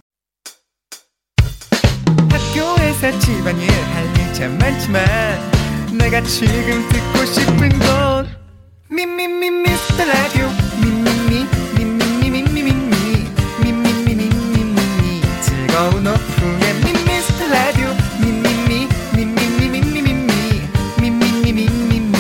학교에서 집안일 할 일 참 많지만 내가 지금 듣고 싶은 건 미미미 미스터 라디오 미미미 미미미 미미미 미미미 미미미 즐거운 오후에 미스터 라디오 미미미 미미미 미미미 미미미 미미미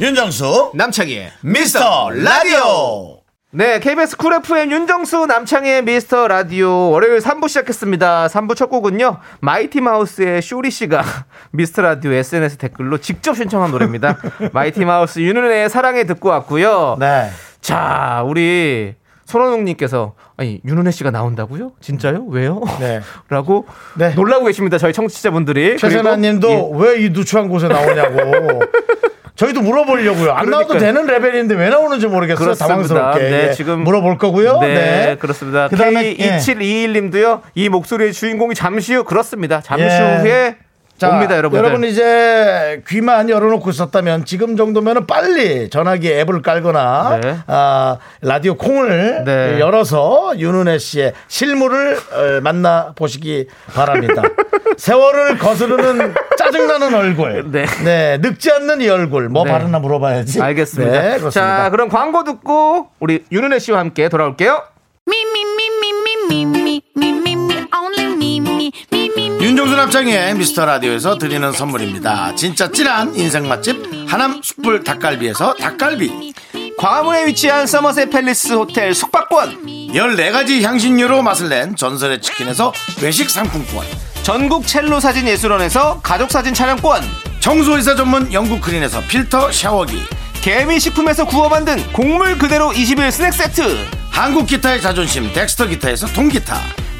윤정수 남창희의 미스터 라디오. 네, KBS 쿨 FM 윤정수 남창희의 미스터 라디오 월요일 3부 시작했습니다. 3부 첫 곡은요. 마이티 마우스의 쇼리 씨가 미스터 라디오 SNS 댓글로 직접 신청한 노래입니다. 마이티 마우스 윤은혜의 사랑에 듣고 왔고요. 네. 자, 우리 손원웅님께서 아니 윤은혜 씨가 나온다고요? 진짜요? 왜요? 네. 라고 네. 놀라고 계십니다. 저희 청취자분들이 최선아 그리고- 예. 님도 왜 이 누추한 곳에 나오냐고. 저희도 물어보려고요. 안 나와도 되는 그러니까요. 레벨인데 왜 나오는지 모르겠어요. 그렇습니다. 당황스럽게. 네, 예. 지금- 물어볼 거고요. 네, 그렇습니다. 그다음에 예. K2721님도요. 이 목소리의 주인공이 잠시 후 그렇습니다. 잠시 예. 후에 자, 옵니다, 여러분들. 여러분 이제 귀만 열어놓고 있었다면 지금 정도면은 빨리 전화기 앱을 깔거나 네. 아, 라디오 콩을 네. 열어서 윤은혜 씨의 실물을 어, 만나 보시기 바랍니다. 세월을 거스르는 짜증나는 얼굴, 네. 네, 늙지 않는 이 얼굴 뭐 네. 바르나 물어봐야지. 알겠습니다. 네, 그렇습니다. 자, 그럼 광고 듣고 우리 윤은혜 씨와 함께 돌아올게요. 윤종수 남창의 미스터 라디오에서 드리는 선물입니다. 진짜 찐한 인생 맛집 하남 숯불 닭갈비에서 닭갈비 광화문에 위치한 서머셋 팰리스 호텔 숙박권 14가지 향신료로 맛을 낸 전설의 치킨에서 외식 상품권 전국 첼로 사진 예술원에서 가족 사진 촬영권 청소이사 전문 영국 크린에서 필터 샤워기 개미 식품에서 구워 만든 곡물 그대로 21 스낵 세트 한국 기타의 자존심 덱스터 기타에서 통기타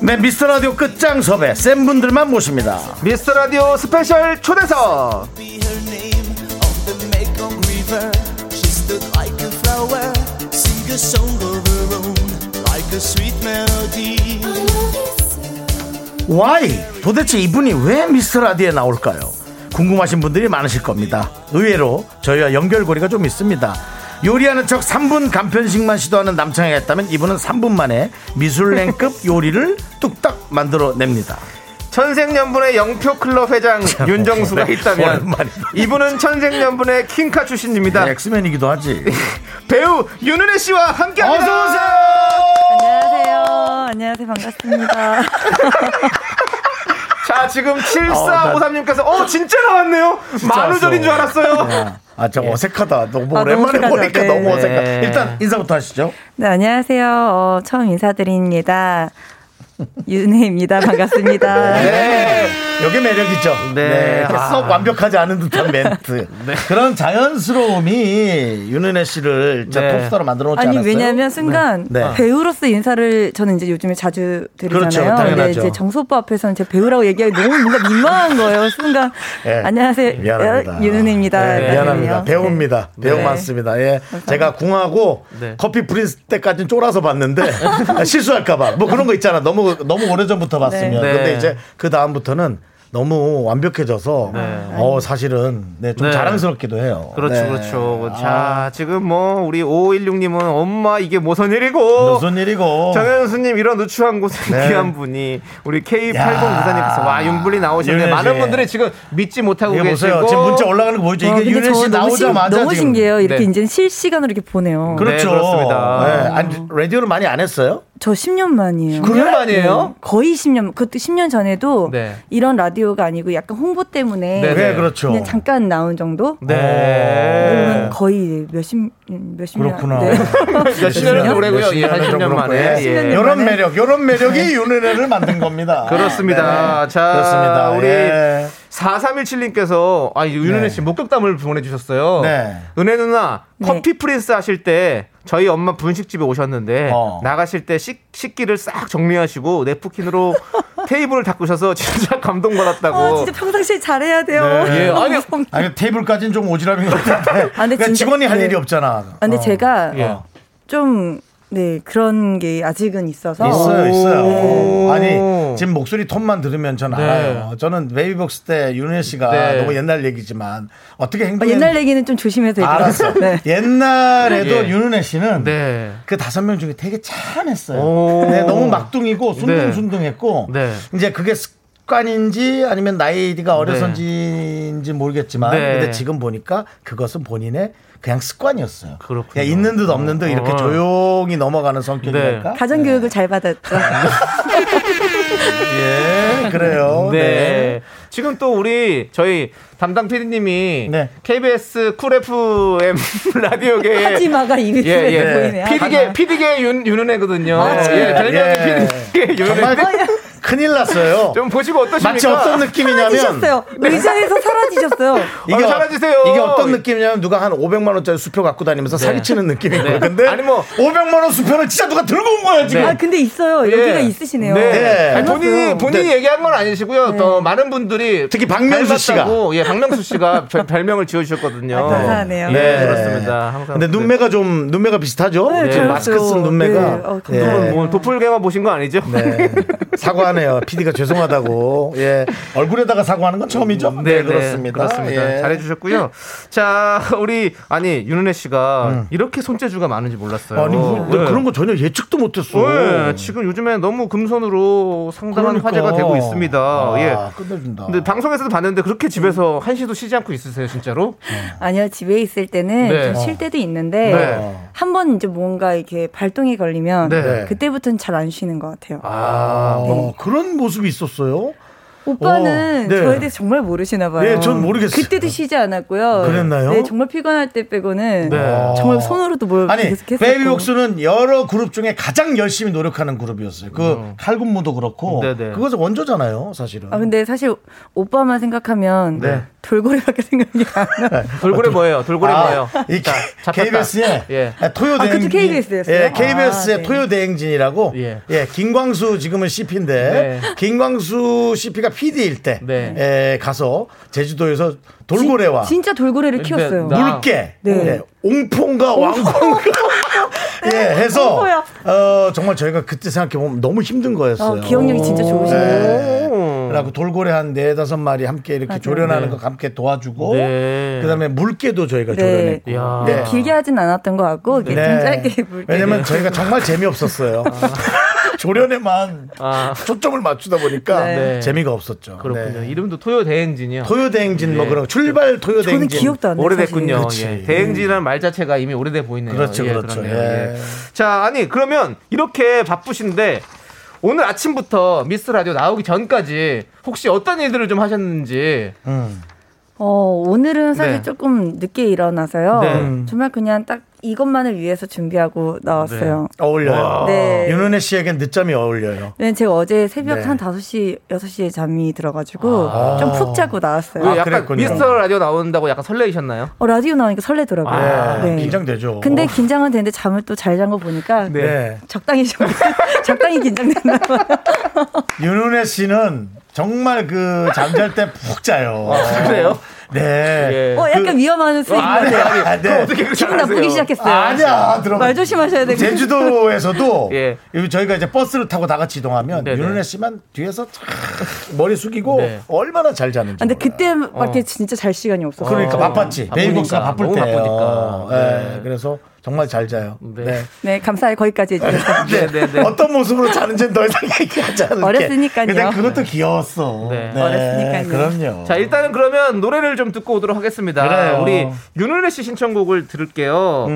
네, 미스터 라디오 끝장 섭외 센 분들만 모십니다. 미스터 라디오 스페셜 초대석! Why? 도대체 이분이 왜 미스터 라디에 나올까요? 궁금하신 분들이 많으실 겁니다. 의외로 저희와 연결고리가 좀 있습니다. 요리하는 척 3분 간편식만 시도하는 남창이가 있다면 이분은 3분 만에 미술랭급 요리를 뚝딱 만들어냅니다. 천생연분의 영표 클럽 회장 윤정수가 네, 오랜- 있다면 오랜만이다. 이분은 천생연분의 킹카 출신입니다. 네, 엑스맨이기도 하지. 배우 윤은혜 씨와 어서 함께합니다. 오세요. 안녕하세요. 안녕하세요. 반갑습니다. 자 어, 지금 7453님께서 어 진짜 나왔네요. 만우절인 줄 네. 알았어요. 아, 저 어색하다. 너무 뭐 아, 오랜만에 너무 보니까 어색하죠. 네. 너무 어색하다. 네. 일단 인사부터 하시죠. 네, 안녕하세요. 어, 처음 인사드립니다. 윤혜입니다. 반갑습니다. 네. 요게 매력이죠. 네. 네. 이렇게 아. 썩 완벽하지 않은 듯한 멘트. 네. 그런 자연스러움이 윤은혜 씨를 진짜 네. 톱스타로 만들어 놓지 아니 않았어요? 왜냐하면 순간 네. 네. 배우로서 인사를 저는 이제 요즘에 자주 드리잖아요. 그렇죠. 근데 당연하죠. 이제 정수 오빠 앞에서는 제 배우라고 얘기하기 너무 뭔가 민망한 거예요. 순간 예. 안녕하세요. 어, 미안합니다. 네, 윤은혜입니다. 네, 미안합니다. 배우입니다. 배우 많습니다. 예. 제가 궁하고 네. 커피 프린스 때까지는 쫄아서 봤는데 실수할까봐 뭐 그런 거 있잖아. 너무 너무 오래 전부터 봤으면. 네. 근데 이제 그 다음부터는 너무 완벽해져서 어 사실은 네, 좀 네. 자랑스럽기도 해요. 그렇죠, 네. 그렇죠. 자, 지금 뭐 우리 5516님은 엄마 이게 무슨 일이고? 무슨 일이고? 정현수님 이런 누추한 곳에 네. 귀한 분이 우리 야. K8094님께서 와 윤불이 나오시는데 윤혜 씨. 많은 분들이 지금 믿지 못하고 이게 계시고 보세요. 지금 문자 올라가는 거 보이죠? 이게 어, 근데 유래 저 씨 너무, 신, 나오자마자 너무 지금. 신기해요. 이렇게 네. 이제 실시간으로 이렇게 보내요. 그렇죠. 네, 그렇습니다. 네. 아니, 라디오를 많이 안 했어요? 저 10년 만이에요. 10년 만이에요? 네, 거의 10년. 그때 10년 전에도 네. 이런 라디오가 아니고 약간 홍보 때문에 네, 네. 네, 그렇죠. 그냥 잠깐 나온 정도? 네. 그러면 거의 몇십 몇십 년. 그렇구나. 네. 몇 시간을 오래고요. 몇십 예, 한 년은 10년 좀 만에. 그렇고요. 예. 네. 요런 매력, 요런 매력이 윤은혜를 만든 겁니다. 그렇습니다. 아, 네. 자, 그렇습니다. 우리 예. 4317님께서 아 윤은혜 네. 씨 목격담을 보내주셨어요. 네. 은혜 누나 네. 커피 프린스 하실 때 저희 엄마 분식집에 오셨는데 어. 나가실 때 식, 식기를 싹 정리하시고 네프킨으로 테이블을 닦으셔서 진짜 감동받았다고. 아, 진짜 평상시에 잘해야 돼요. 예, 아니, 너무 무서워. 아니 테이블까지는 좀 오지랖인 것 같은데. 아, 근데 그러니까 진짜- 직원이 할 네. 일이 없잖아. 아, 근데 어. 제가 예. 좀 네, 그런 게 아직은 있어서 네. 있어요, 오. 있어요. 아니 지금 목소리 톤만 들으면 전 네. 알아요. 저는 웨이복스 때 윤혜 씨가 네. 너무 옛날 얘기지만 어떻게 아, 행동했 옛날 얘기는 좀 조심해서 얘기해요. 알았어. 네. 옛날에도 예. 윤은혜 씨는 네. 그 다섯 명 중에 되게 오. 참했어요. 네, 너무 막둥이고 순둥순둥했고 네. 이제 그게 습관인지 아니면 나이가 어려서인지인지 모르겠지만 네. 근데 지금 보니까 그것은 본인의 그냥 습관이었어요. 그렇군요. 그냥 있는 듯 없는 듯 이렇게 어. 네. 조용히 넘어가는 성격이랄까. 가정 교육을 잘 받았죠. 예, 그래요. 네. 네. 지금 또 우리 저희 담당 PD님이 네. KBS 쿨 FM 라디오계 하지마가 입이 예, 예. 보이네요. 아, 피디계, 피디계 윤, 윤은혜거든요. 아, 예, 진짜요? 별명이 예. 피디계 정말 윤은혜. 큰일 났어요. 좀 보시고 어떠십니까? 마치 어떤 느낌이냐면 사라지셨어요. 의자에서 사라지셨어요. 이게, 어, 어- 사라지세요. 네. 이게 어떤 느낌이냐면 누가 한 500만 원짜리 수표 갖고 다니면서 사기치는 느낌인 거예요. 근데 아니 뭐 500만 원 수표는 진짜 누가 들고 온 거야 지금. 아 근데 있어요. 여기가 예. 있으시네요. 네. 네. 아니, 본인이 닮았어요. 본인이 얘기한 건 아니시고요. 또 많은 분들이 특히 박명수 씨가. 닮았다고, 예, 박명수 씨가 별- 별명을 지어주셨거든요. 아, 감사하네요. 예, 네. 그렇습니다. 항상. 근데 눈매가 좀 눈매가 비슷하죠? 네, 지금 그렇죠. 마스크 쓴 네, 눈매가 어, 예. 네. 뭐 도플갱어 보신 거 아니죠? 네. 사과하네요. PD가 죄송하다고. 예. 얼굴에다가 사과하는 건 처음이죠? 네, 그렇습니다. 그렇습니다. 예. 잘해주셨고요. 자, 우리 아니 윤은혜 씨가 이렇게 손재주가 많은지 몰랐어요. 음. 아니, 뭐, 네. 나 그런 거 전혀 예측도 못했어. 네, 지금 요즘에 너무 금손으로 상당한 그러니까. 화제가 되고 있습니다. 아, 예. 끝내준다. 근데 방송에서도 봤는데 그렇게 음. 집에서 한 시도 쉬지 않고 있으세요, 진짜로? 아니요 집에 있을 때는 네. 좀 어. 쉴 때도 있는데 아. 네. 한 번 이제 뭔가 이렇게 발동이 걸리면 네. 그때부터는 잘 안 쉬는 것 같아요. 아, 뭐. 그런 모습이 있었어요? 오빠는 어, 네. 저에 대해서 정말 모르시나 봐요. 네, 전 모르겠어요. 그때도 쉬지 않았고요. 그랬나요? 네, 정말 피곤할 때 빼고는 네. 정말 손으로도 뭘 아니, 계속했었고. 베이비복스는 여러 그룹 중에 가장 열심히 노력하는 그룹이었어요. 그 칼군무도 그렇고 네네. 그것의 원조잖아요, 사실은. 음. 아 근데 사실 오빠만 생각하면 네. 돌고래밖에 생각이 안 나. 돌고래 뭐예요? 돌고래 아, 뭐예요? 이 자, 잡혔다. KBS의 예. 토요 아, 그것도 대행진. KBS 였어요? 예, KBS의 아, 네. 토요 대행진이라고. 예. 예. 김광수 지금은 CP인데 네. 김광수 CP가 PD일 때 네. 예, 가서 제주도에서 돌고래와 진짜 돌고래를 키웠어요. 나- 물개, 네. 예, 옹폰과 왕콩과 예 네, 해서 옹포요. 어, 정말 저희가 그때 생각해 보면 너무 힘든 거였어요. 어, 기억력이 진짜 좋으시네요. 네. 음. 라고 돌고래 한 네다섯 마리 함께 이렇게 조련하는 거 함께 도와주고 네. 그다음에 물개도 저희가 네. 조련했고 이야. 네. 길게 하진 않았던 것 같고 이렇게 좀 짧게 물게. 왜냐면 저희가 정말 재미없었어요. 조련에만 아. 초점을 맞추다 보니까 네. 재미가 없었죠. 그렇군요. 예. 네. 이름도 토요 대행진이요. 토요대행진 뭐 그런 출발 저는 토요대행진 기억도 안 나요. 오래됐군요. 그치. 예. 대행진이라는 말 자체가 이미 오래돼 보이네요. 그렇죠, 예, 그렇죠. 그렇네요. 예. 예. 자, 아니 그러면 이렇게 바쁘신데 오늘 아침부터 미스 라디오 나오기 전까지 혹시 어떤 일들을 좀 하셨는지 음. 어, 오늘은 사실 네. 조금 늦게 일어나서요. 네. 정말 그냥 딱 이것만을 위해서 준비하고 나왔어요. 어울려요. 네. 윤은혜 씨에겐 늦잠이 어울려요. 왜냐면 제가 어제 새벽 네. 아. 한 5시, 6시에 잠이 들어가지고 좀 푹 자고 나왔어요. 왜 약간 그랬군요. 미스터 라디오 나온다고 약간 설레이셨나요? 어, 라디오 나오니까 설레더라고요. 아, 네. 긴장되죠. 어. 근데 긴장은 되는데 잠을 또 잘 잔 거 보니까 네. 적당히 좀- 적당히 긴장됐나 봐요. 윤은혜 씨는 정말 그 잠잘 때 푹 자요. 아, 그래요? 네. 그 예. 어, 약간 위험한 소리. 아니, 아니, 아니. 네. 기분 나쁘기 시작했어요. 아니야, 들어. 말 조심하셔야 되고. 제주도에서도 예. 여기 저희가 이제 버스를 타고 다 같이 이동하면 네네. 윤은혜 씨만 뒤에서 쫙 머리 숙이고 네. 얼마나 잘 자는지. 아, 근데 몰라요. 그때밖에 진짜 잘 시간이 네. 없었어요. 어. 그러니까 바빴지. 바쁘니까. 베이복스가 바쁠 너무 때. 바쁘니까. 네. 그래서 정말 잘 자요. 네. 네. 네, 감사히 거기까지 해주셔서. 네, 네, 네. 어떤 모습으로 자는지는 더 이상 얘기하지 않을게. 어렸으니까요. 근데 그것도 귀여웠어. 네. 어렸으니까요. 그럼요. 자, 일단은 그러면 노래를 좀 듣고 오도록 하겠습니다. 그래요. 음. 우리 윤은혜 씨 신청곡을 들을게요.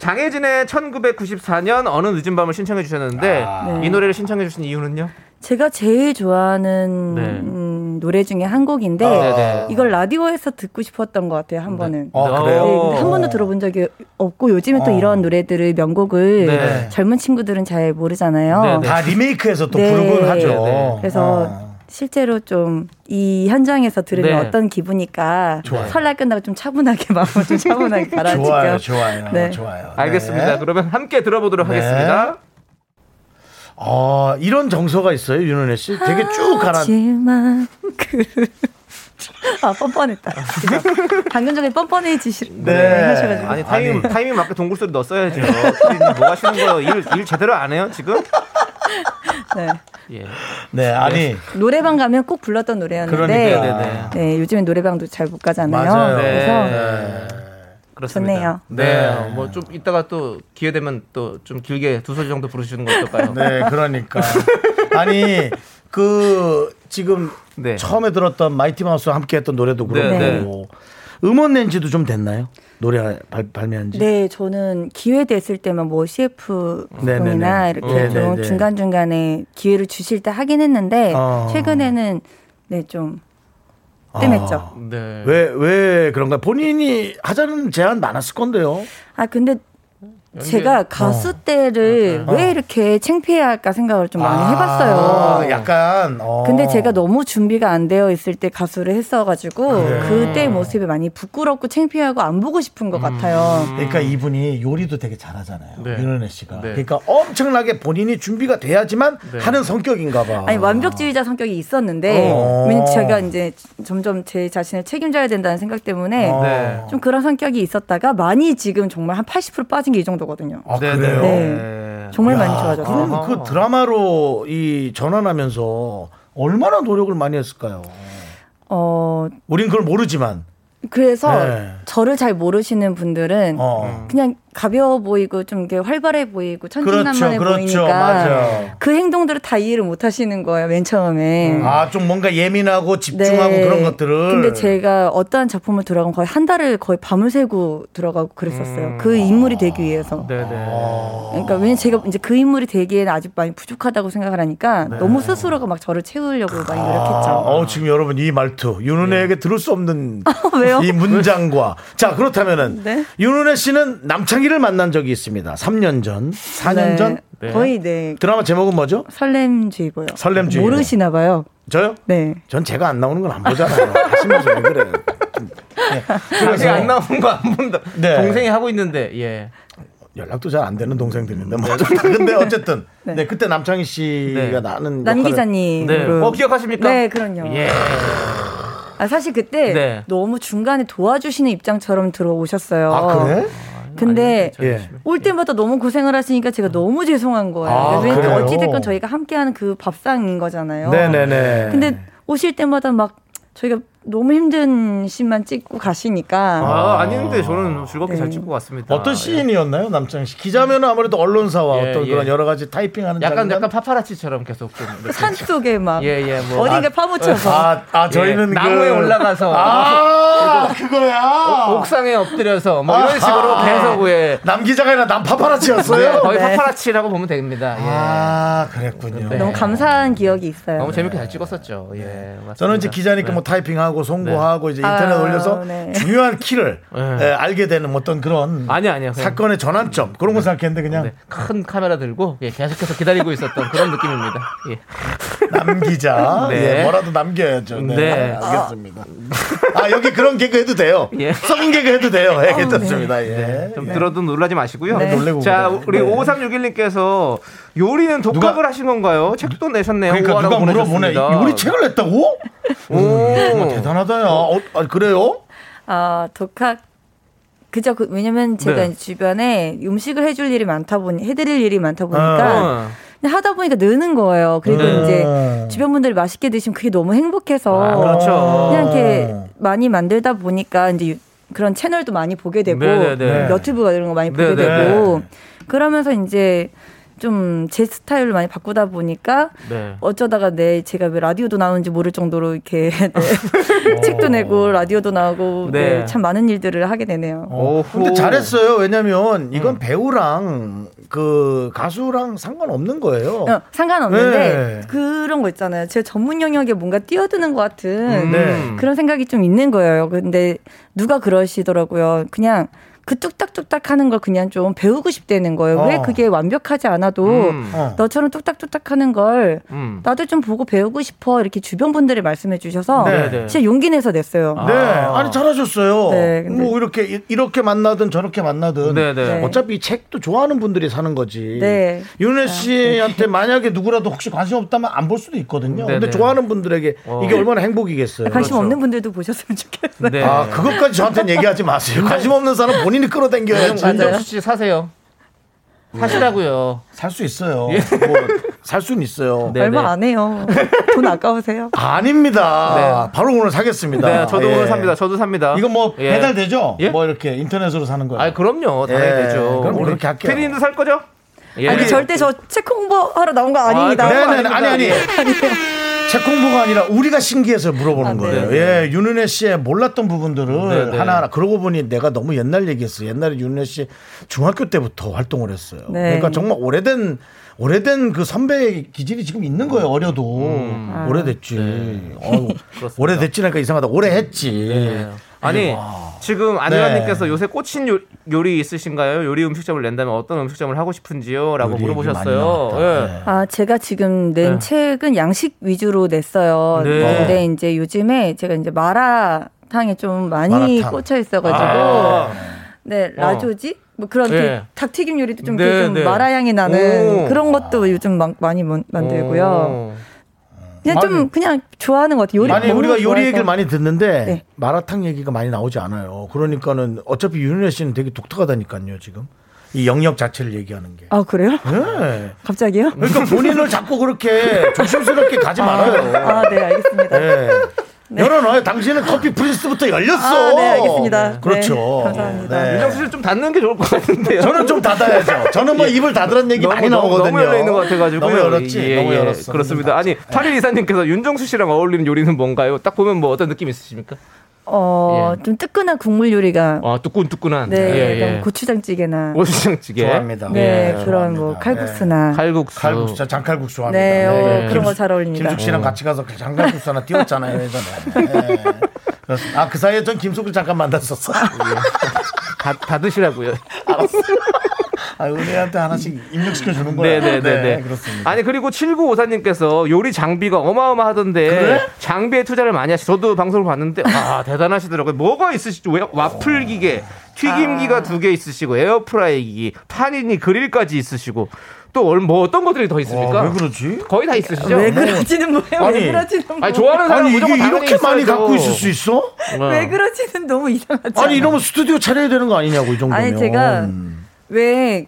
장혜진의 1994년 어느 늦은 밤을 신청해 주셨는데 아. 네. 이 노래를 신청해 주신 이유는요? 제가 제일 좋아하는 네. 음, 노래 중에 한 곡인데 아, 네네. 이걸 라디오에서 듣고 싶었던 것 같아요 한 번은. 어, 그래요? 아. 네, 근데 한 번도 들어본 적이 없고 요즘에 또 이런 노래들을 명곡을 네. 젊은 친구들은 잘 모르잖아요. 네네. 어, 다 리메이크해서 또 네. 부르곤 하죠. 네, 네. 그래서 아. 실제로 좀 이 현장에서 들으면 네. 어떤 기분일까 설날 끝나고 좀 차분하게 마음을 좀 차분하게 가라앉히고 좋아요, 좋아요, 네. 좋아요. 알겠습니다. 네. 그러면 함께 들어보도록 네. 하겠습니다. 어, 이런 정서가 있어요, 윤은혜 씨. 되게 쭉 아, 가라. 하지만 그 아, 뻔뻔했다. 진짜. 방금 전에 뻔뻔해지시, 네. 하셔가지고. 아니 타이밍 타이밍 맞게 동굴 소리 넣었어야죠. 피디님, 뭐 하시는 거예요? 일, 일 제대로 안 해요 지금? 네. 예. 네, 아니 노래방 가면 꼭 불렀던 노래였는데. 그러니까요. 네네. 네, 요즘엔 노래방도 잘 못 가잖아요. 맞아요. 네. 네. 그래서 그렇습니다. 좋네요. 네. 뭐 좀 이따가 또 기회 되면 또 좀 길게 두 소절 정도 부르시는 거 어떨까요? 네, 그러니까 아니 그 지금 네. 처음에 들었던 마이티 마우스와 함께했던 노래도 그렇고 네, 음원 낸지도 좀 됐나요? 노래 발, 발매한지? 네, 저는 기회 됐을 때만 뭐 CF 네네네. 방송이나 이렇게 어. 좀 네네네. 중간 중간에 기회를 주실 때 하긴 했는데 어. 아. 최근에는 네좀 뜸했죠. 네. 왜 왜 그런가? 본인이 하자는 제안 많았을 건데요. 아 근데 제가 가수 때를 어. 왜 이렇게 창피해 할까 생각을 좀 많이 해봤어요. 아, 약간. 어. 근데 제가 너무 준비가 안 되어 있을 때 가수를 했어가지고 아, 그래요. 그때 모습이 많이 부끄럽고 창피하고 안 보고 싶은 것 같아요. 그러니까 이분이 요리도 되게 잘하잖아요. 네. 윤은혜 씨가. 네. 그러니까 엄청나게 본인이 준비가 돼야지만 네. 하는 성격인가 봐. 아니 완벽주의자 성격이 있었는데 어. 왜냐면 제가 이제 점점 제 자신을 책임져야 된다는 생각 때문에 어. 네. 좀 그런 성격이 있었다가 많이 지금 정말 한 80% 빠진 게 이 정도거든요. 아, 그래요? 네. 정말 많이 좋아졌어요. 그럼 그 드라마로 이 전환하면서 얼마나 노력을 많이 했을까요? 어 우린 그걸 모르지만. 그래서 네. 저를 잘 모르시는 분들은 어. 그냥 가벼워 보이고 좀 이렇게 활발해 보이고 천진난만해 그렇죠, 그렇죠. 보이니까 맞아요. 그 행동들을 다 이해를 못 하시는 거예요 맨 처음에. 아, 좀 뭔가 예민하고 집중하고 네. 그런 것들을. 근데 제가 어떠한 작품을 들어간 거의 한 달을 거의 밤을 새고 들어가고 그랬었어요. 음. 아. 그 인물이 되기 위해서. 네, 그러니까 왜냐 면 제가 이제 그 인물이 되기에는 아직 많이 부족하다고 생각을 하니까 너무 스스로가 막 저를 채우려고 네. 많이 아, 노력했죠. 어, 지금 여러분 이 말투 윤은혜에게 들을 수 없는 아, 왜요? 이 문장과 자 그렇다면은 네. 윤은혜 씨는 남창희를 만난 적이 있습니다. 3년 전, 4년 네. 전 거의 네. 드라마 제목은 뭐죠? 설렘주의보요. 설렘주의보. 모르시나 봐요. 저요? 네. 전 제가 안 나오는 건 안 보잖아요. 하시면서 왜 그래요? 아직 안 나온 거 안 본다. 네. 동생이 하고 있는데 예. 연락도 잘 안 되는 동생들인데 뭐 어쨌든 근데 어쨌든 네. 그때 남창희 씨가 네. 나는 남 역할을- 기자님. 어 기억하십니까? 네, 그럼요. 예. 아, 사실 그때 네. 너무 중간에 도와주시는 입장처럼 들어오셨어요. 아, 그래? 근데 예. 올 때마다 너무 고생을 하시니까 제가 너무 죄송한 거예요. 아, 왜냐면 그래요? 어찌됐건 저희가 함께하는 그 밥상인 거잖아요. 네네네. 근데 오실 때마다 막 저희가 너무 힘든 씬만 찍고 가시니까 아, 아닌데 저는 즐겁게 네. 잘 찍고 왔습니다. 어떤 시인이었나요 남창희 씨? 기자면 아무래도 언론사와 아, 예, 어떤 예. 그런 여러 가지 타이핑하는 약간 장면? 약간 파파라치처럼 계속 좀 이렇게. 산 속에 막 아, 예, 예, 뭐. 어딘가 아, 파묻혀서 아, 아 저희는 예, 나무에 올라가서. 아 그거야 옥- 옥상에 엎드려서 뭐 이런 식으로 아하. 계속 예. 남 기자가 아니라 남 네, 파파라치였어요. 거의 네. 파파라치라고 보면 됩니다. 예. 아 그랬군요. 네. 너무 감사한 기억이 있어요. 너무 재밌게 잘 찍었었죠. 예. 맞습니다. 저는 이제 기자니까 네. 뭐 타이핑하고 송고하고 이제 인터넷 아유, 올려서 네. 중요한 키를 네. 예, 알게 되는 어떤 그런 아니 아니요. 그냥 사건의 전환점 그런 거 생각했는데 그냥 네, 큰 카메라 들고 예, 계속해서 기다리고 있었던 그런 느낌입니다. 예. 남 기자 네. 예, 뭐라도 남겨야죠. 네, 네. 알겠습니다. 아 여기 그런 개그 해도 돼요. 예. 아, 네. 썩은 개그 해도 돼요. 예, 괜찮습니다. 예. 좀 들어도 놀라지 마시고요. 네. 놀래고 자, 그래요. 네. 우리 5361님께서 요리는 독학을 누가- 하신 건가요? 책도 내셨네요. 그러니까 우와라고 누가 물어보네. 보내주셨습니다. 요리 책을 냈다고? 음, 정말 오. 대단하다야. 어, 아, 그래요? 아 독학 그죠? 그, 왜냐면 제가 네. 이제 주변에 음식을 해줄 일이 많다 보니 해드릴 일이 많다 보니까 그냥 하다 보니까 느는 거예요. 그리고 아, 어. 네. 이제 주변 분들이 맛있게 드시면 그게 너무 행복해서 아, 어. 그렇죠. 그냥 이렇게 많이 만들다 보니까 이제 유- 그런 채널도 많이 보게 되고 네네네. 너튜브가 이런 거 많이 보게 네네. 되고 그러면서 이제 좀 제 스타일로 많이 바꾸다 보니까 네. 어쩌다가 내 제가 왜 라디오도 나오는지 모를 정도로 이렇게 네. 책도 내고 라디오도 나오고 네. 네, 참 많은 일들을 하게 되네요. 어. 오호. 근데 잘했어요. 왜냐면 이건 음. 배우랑 그 가수랑 상관없는 거예요. 어, 상관없는데 네. 그런 거 있잖아요. 제 전문 영역에 뭔가 뛰어드는 것 같은 음. 네. 그런 생각이 좀 있는 거예요. 근데 누가 그러시더라고요. 그냥 그 뚝딱뚝딱 하는 걸 그냥 좀 배우고 싶다는 거예요. 왜 어. 그게 완벽하지 않아도 음. 어. 너처럼 뚝딱뚝딱 하는 걸 음. 나도 좀 보고 배우고 싶어 이렇게 주변 분들이 말씀해 주셔서 네, 네. 진짜 용기 내서 냈어요. 네, 아니 잘하셨어요. 네, 근데- 뭐 이렇게 이- 이렇게 만나든 저렇게 만나든 네, 네. 네. 어차피 이 책도 좋아하는 분들이 사는 거지. 네. 윤혜 씨한테 만약에 누구라도 혹시 관심 없다면 안 볼 수도 있거든요. 네, 근데 네. 좋아하는 분들에게 어. 그렇죠. 이게 얼마나 행복이겠어요. 아, 관심 없는 분들도 보셨으면 좋겠어요. 네. 아 그것까지 저한테 얘기하지 마세요. 네. 관심 없는 사람 본인이 끌어당겨야지. 윤정수 씨 사세요. 네. 사시라고요. 살 수 있어요. 뭐, 살 수는 있어요. 예. 네, 얼마 네. 안 해요. 돈 아까우세요? 아닙니다. 네. 바로 오늘 사겠습니다. 네, 저도 예. 오늘 삽니다. 저도 삽니다. 이거 뭐 예. 배달되죠? 예? 뭐 이렇게 인터넷으로 사는 거예요. 아, 그럼요. 당연히 예, 되죠. 그럼 그렇게 할게요. 피디님도 살 거죠? 예. 아니 절대 저 책 홍보하러 나온 거 아닙니다. 그래요? 네네 아니 예. 아니 책 공부가 아니라 우리가 신기해서 물어보는 거예요. 예, 윤은혜 씨의 몰랐던 부분들을 아, 네. 네네. 하나하나 그러고 보니 내가 너무 옛날 얘기했어. 옛날에 윤은혜 씨 중학교 때부터 활동을 했어요. 네. 그러니까 정말 오래된 오래된 그 선배의 기질이 지금 있는 거예요. 음. 아. 네. 어려도 오래됐지. 어우, 오래됐지니까 뭐, 이상하다. 오래 했지. 아니 지금 안유라님께서 네. 요새 꽂힌 요, 요리 있으신가요? 요리 음식점을 낸다면 어떤 음식점을 하고 싶은지요?라고 요리 얘기 물어보셨어요. 네. 예. 아, 제가 지금 낸 네. 책은 양식 위주로 냈어요. 네. 근데 이제 요즘에 제가 이제 마라탕에 좀 많이 마라탕. 꽂혀 있어가지고. 아. 네, 어. 라조지? 뭐 그런 네. 그 닭튀김 요리도 좀, 네, 이렇게 좀 네. 마라향이 나는 오. 그런 것도 요즘 막 많이 뭐 만- 만들고요. 그냥 좀 그냥 좋아하는 것 같아요. 요리 아니 먹는 거 우리가 요리 좋아해서. 네. 얘기를 많이 듣는데 마라탕 얘기가 많이 나오지 않아요. 그러니까는 어차피 윤혜 씨는 되게 독특하다니까요 지금 이 영역 자체를 얘기하는 게. 아 그래요? 네. 갑자기요? 그러니까 본인을 자꾸 그렇게 조심스럽게 가지 말아요. 아, 네, 알겠습니다. 네. 열어놔요. 당신은 커피 프린스부터 열렸어. 아, 네, 알겠습니다. 그렇죠. 네, 감사합니다. 윤정수 씨좀 닫는 게 좋을 것 같은데요. 저는 좀 닫아야죠. 저는 뭐 입을 닫으란 얘기 너무, 많이 너무, 나오거든요. 너무 열려 있는 것 같아가지고 너무 열었지. 너무 네. 열었어. 예. 그렇습니다. 아니 팔일 이사님께서 윤정수 씨랑 어울리는 요리는 뭔가요? 딱 보면 뭐 어떤 느낌 있으십니까? 어, 좀 뜨끈한 국물 요리가 아 뜨끈뜨끈한. 네, 예, 예. 약간 고추장찌개나 고추장찌개. 좋아합니다. 네, 예. 그런 뭐 칼국수나 칼국수. 칼국수, 저 장칼국수 좋아합니다. 네, 어, 네. 그런 거 잘 어울립니다. 김숙 씨랑 같이 가서 그 장칼국수 하나 띄웠잖아요 예전에. 아 그 사이에 전 김숙을 잠깐 만났었어. 다, 다 드시라고요. 알았어. 아, 은혜한테 하나씩 입력시켜 주는 거야. 네네네. 네, 그렇습니다. 아니 그리고 7954님께서 요리 장비가 어마어마하던데 그래? 장비에 투자를 많이 하시. 저도 방송을 봤는데 아 대단하시더라고요. 뭐가 있으시죠? 왜 어. 와플 기계, 아. 튀김기가 두 개 있으시고 에어프라이 기기, 판이니 그릴까지 있으시고 또 뭐 어떤 것들이 더 있습니까? 와, 왜 그러지? 거의 다 있으시죠? 왜 그러지는 뭐예요? 왜 아니, 그러지는 예. 아니 좋아하는 네. 사람 아니, 이게 무조건 이렇게 많이 갖고 있을 수 있어? 왜 그러지는 너무 이상하죠. 아니 이러면 스튜디오 차려야 되는 거 아니냐고 이 정도면. 음. 아니, 제가 왜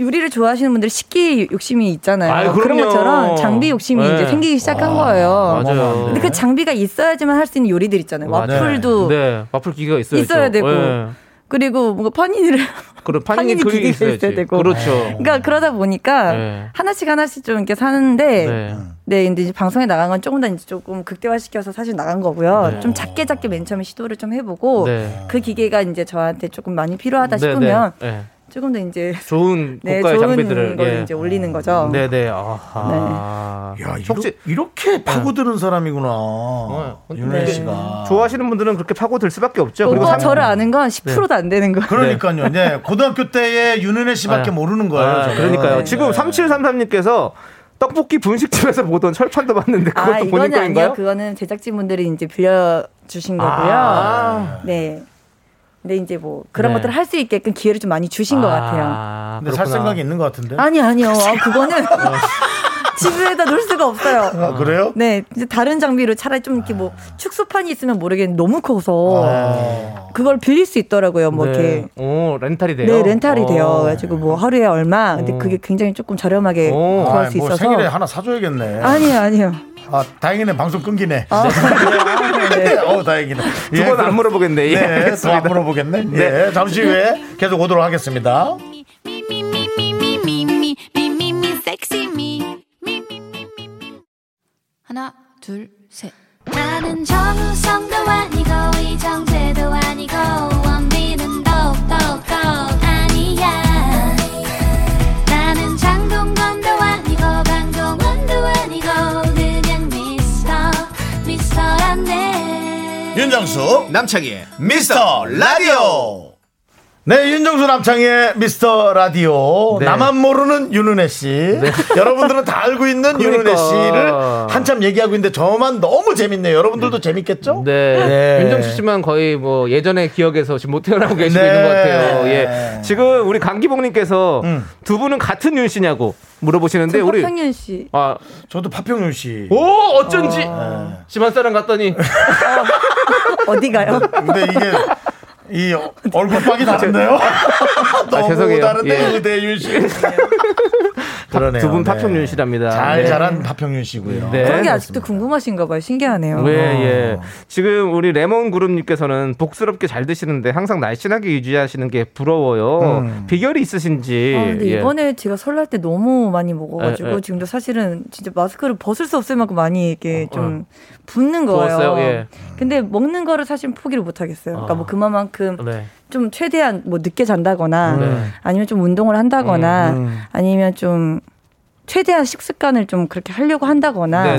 요리를 좋아하시는 분들 식기 욕심이 있잖아요. 아이, 그런 그럼요. 것처럼 장비 욕심이 네. 이제 생기기 시작한 거예요. 맞아요. 근데 그 장비가 있어야지만 할 수 있는 요리들 있잖아요. 와플도 네, 네. 와플 기계가 있어야죠. 있어야 되고. 예. 그리고 뭔가 파니니를 그런 판이 판이니 그릴이 기계가 있어야 있어야 되고. 그렇죠. 그러니까 그러다 보니까 네. 하나씩 하나씩 좀 이렇게 사는데 네. 네. 근데 이제 방송에 나간 건 조금 더 이제 조금 극대화시켜서 사실 나간 거고요. 네. 좀 작게 작게 맨 처음에 시도를 좀 해보고 네. 그 기계가 이제 저한테 조금 많이 필요하다 네, 싶으면 네, 네. 조금 더 이제 좋은 네, 고가의 좋은 장비들을 걸 예. 이제 네. 올리는 거죠. 네네. 아하. 야, 이렇게 파고드는 사람이구나. 윤혜 네. 어, 씨가. 좋아하시는 분들은 그렇게 파고들 수밖에 없죠. 오빠 삼- 네. 저를 아는 건 10%도 안 되는 거예요. 그러니까요. 네. 고등학교 때의 윤은혜 씨밖에 아. 모르는 거예요. 아, 저는. 네. 그러니까요. 지금 3733님께서 떡볶이 분식집에서 보던 철판도 봤는데 그것도 아 본인 이거는 거인가요? 아니요. 그거는 제작진분들이 이제 빌려 주신 거고요. 아. 네. 근데 이제 뭐 그런 네. 것들을 할 수 있게끔 기회를 좀 많이 주신 것 같아요. 근데 살 그렇구나. 생각이 있는 것 같은데. 아니 아니요. 아, 그거는 어. 집에다 놓을 수가 없어요. 아, 그래요? 네. 이제 다른 장비로 차라리 좀 이렇게 뭐 축소판이 있으면 모르겠는데 너무 아. 어. 커서 그걸 빌릴 수 있더라고요. 뭐 네. 이렇게 오, 렌탈이 돼요. 네, 렌탈이 어. 돼요. 그래가지고 뭐 하루에 얼마. 근데 그게 굉장히 조금 저렴하게 구할 아이, 수 뭐 있어서. 생일에 하나 사줘야겠네. 아니요, 아니요. 아, 다행이네. 방송 끊기네. 아. 어, 다행이네. 두번안 물어보겠네. 예, 그- 네, 더 알겠습니다. 안 물어보겠네. 네. 예, 잠시 후에 계속 오도록 하겠습니다. 미미미 미미미 섹시미 하나 둘 셋. 나는 정우성도 아니고 이정재도 아니고 원빈은 더욱더 아니야 나는 장동건도 아니고 강동원도 아니고 그냥 미스터 미스터란데 윤정수 남창희의 미스터 라디오 네 윤정수 남창희의 미스터 라디오 네. 나만 모르는 윤은혜 씨 여러분들은 다 알고 있는 그러니까. 윤은혜 씨를 한참 얘기하고 있는데 저만 너무 재밌네요 여러분들도 재밌겠죠? 네. 윤정수 씨만 거의 뭐 예전의 기억에서 지금 못 태어나고 계시고 네. 음. 있는 것 같아요. 예. 지금 우리 강기봉님께서 두 분은 같은 윤 씨냐고 물어보시는데 우리 평윤 씨. 아 저도 파평윤 씨. 오 어쩐지 아, 네. 집안 사람 같더니 네. 어디가요? 근데 이게 이 얼굴 빡이 다른데요? 너무 아, 죄송해요. 다른데 예. 의대윤 씨. 그러네요. 두분 네. 파평윤 씨랍니다. 잘 네. 자란 파평윤 씨고요. 네. 그런 게 아직도 궁금하신가 봐요. 신기하네요. 예, 예. 지금 우리 레몬 그룹님께서는 복스럽게 잘 드시는데 항상 날씬하게 유지하시는 게 부러워요. 음. 비결이 있으신지. 아, 근데 예. 이번에 제가 설날 때 너무 많이 먹어가지고 에, 에. 지금도 사실은 진짜 마스크를 벗을 수 없을 만큼 많이 이게 좀 붓는 거예요. 어, 부었어요? 예. 아. 근데 먹는 거를 사실 포기를 못 하겠어요. 그러니까 뭐 그만큼 네. 좀 최대한 뭐 늦게 잔다거나 네. 아니면 좀 운동을 한다거나 음, 음. 아니면 좀 최대한 식습관을 좀 그렇게 하려고 한다거나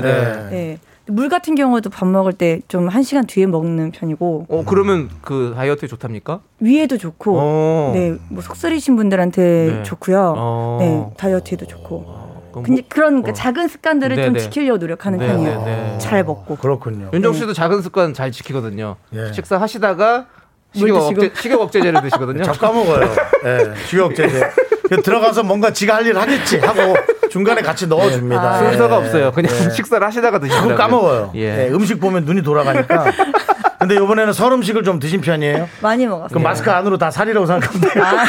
네, 네. 예. 물 같은 경우도 밥 먹을 때 좀 한 시간 뒤에 먹는 편이고. 음. 어 그러면 그 다이어트에 좋답니까? 위에도 좋고, 네, 뭐 속쓰리신 분들한테 어. 네. 좋고요. 어. 뭐 네, 다이어트에도 좋고. 근데 그런 그 작은 습관들을 좀 네네. 지키려고 노력하는 네, 편이에요. 네, 네. 잘 먹고. 그렇군요. 윤정 씨도 작은 습관 잘 지키거든요. 예. 식사 하시다가 물 식욕 드시고. 억제 식욕 억제제를 드시거든요. 저 까먹어요. 예, 주역제제. 그 들어가서 뭔가 지가 할 일 하겠지 하고 중간에 같이 넣어줍니다. 네. 순서가 예. 없어요. 그냥 예. 식사를 하시다가 드시고 자꾸 까먹어요. 예. 예, 음식 보면 눈이 돌아가니까. 근데 이번에는 설 음식을 좀 드신 편이에요? 많이 먹었어요. 예. 그럼 마스크 안으로 다 살이라고 생각합니다.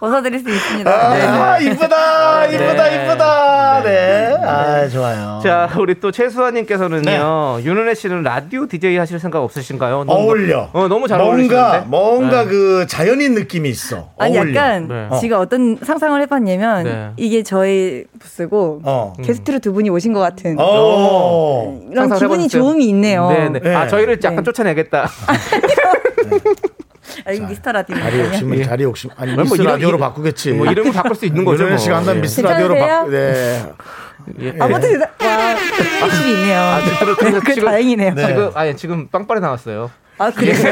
벗어드릴 수 있습니다. 네. 아, 이쁘다, 네. 이쁘다, 이쁘다. 네. 아, 좋아요. 자, 우리 또 최수아님께서는요, 윤은혜 씨는 라디오 DJ 하실 생각 없으신가요? 너무- 네. 어울려. 어, 너무 잘 뭔가, 어울리시는데. 뭔가 네. 그 자연인 느낌이 있어. 아니 어울려. 약간 어. 제가 어떤 상상을 해봤냐면 네. 이게 저의 부스고 어. 게스트로 두 분이 오신 것 같은 오. 음. 이런 어. 상상을 기분이 해봤어요. 좋음이 있네요. 네네. 예. 아, 저희를 약간 쫓아내겠다. 아, 이거 미스터 라디오. 자리 욕심은 자리 욕심. 아니, 뭐 미스 이름- 라디오로 이- 바꾸겠지. 뭐 이름을 바꿀 수 있는 거죠, 예. 윤은혜 씨가 뭐. 한다면 예. 미스 라디오로 괜찮으세요? 바꾸, 네. 아무튼 대단- 와, 팬심이 있네요. 네. 아, 예. 지금, 지금, 그 지금, 다행이네요. 지금, 아니, 지금 빵빠레 나왔어요. 아 그래요? 예.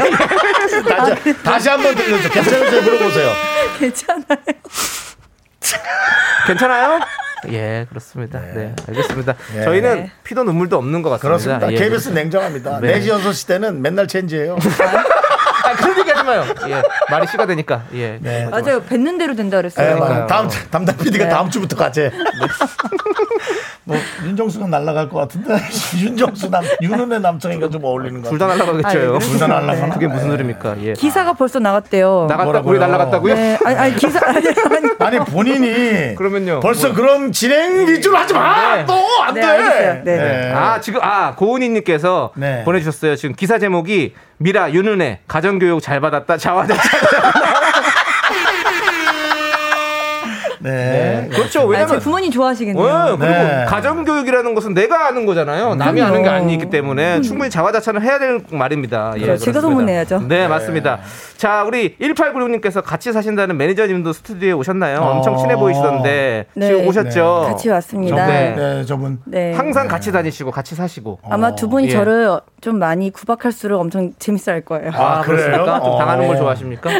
아, 다시, 다시 한번 들려줘. 괜찮으세요? 물어보세요. 괜찮아요. 괜찮아요? 예, 그렇습니다. 네, 알겠습니다. 예. 저희는 피도 눈물도 없는 것 같습니다. 그렇습니다. 예. KBS 냉정합니다. 네. 네. 4시 연소 시대는 맨날 체인지예요. 네, 아, 그런 얘기 하지 마요. 예, 말이 씨가 되니까. 예. 네. 맞아요. 뱉는 대로 된다 예, 그랬어요. 네, 맞아요. 다음 주- 담당 PD가 네. 다음 주부터 가재. 뭐 윤정수가 날라갈 것 같은데 윤정수 남 윤은혜 남성인가 좀 어울리는 것 둘다 같아요. 날라가겠죠. 둘다 날라가나? 그게 무슨 소리입니까? 예. 기사가 벌써 나갔대요. 나갔다 우리 날라갔다고요? 네, 아니, 아니 기사 아니, 아니. 아니 본인이 그러면요. 벌써 그런 진행 위주로 하지 마. 네. 또 안 돼. 네, 알겠어요. 네. 네. 아 지금 아 고은희님께서 네. 보내주셨어요. 지금 기사 제목이 미라 윤은혜 가정교육 잘 받았다 자화자찬. 네. 그렇죠. 아니, 왜냐면 제 부모님 좋아하시겠네요. 어, 그리고 네. 가정교육이라는 것은 내가 아는 거잖아요. 남이 그럼요. 아는 게 아니기 때문에 충분히 자화자찬을 해야 되는 말입니다. 예, 그렇죠. 그렇습니다. 제가 소문내야죠. 네, 맞습니다. 자, 우리 1896님께서 같이 사신다는 매니저님도 스튜디오에 오셨나요? 엄청 친해 보이시던데 네. 지금 오셨죠? 같이 왔습니다. 네. 네, 저분. 네. 어. 항상 같이 다니시고 같이 사시고. 아마 두 분이 예. 저를 좀 많이 구박할수록 엄청 재밌어할 거예요. 아, 그래요? 그렇습니까? 좀 당하는 걸 어. 좋아하십니까?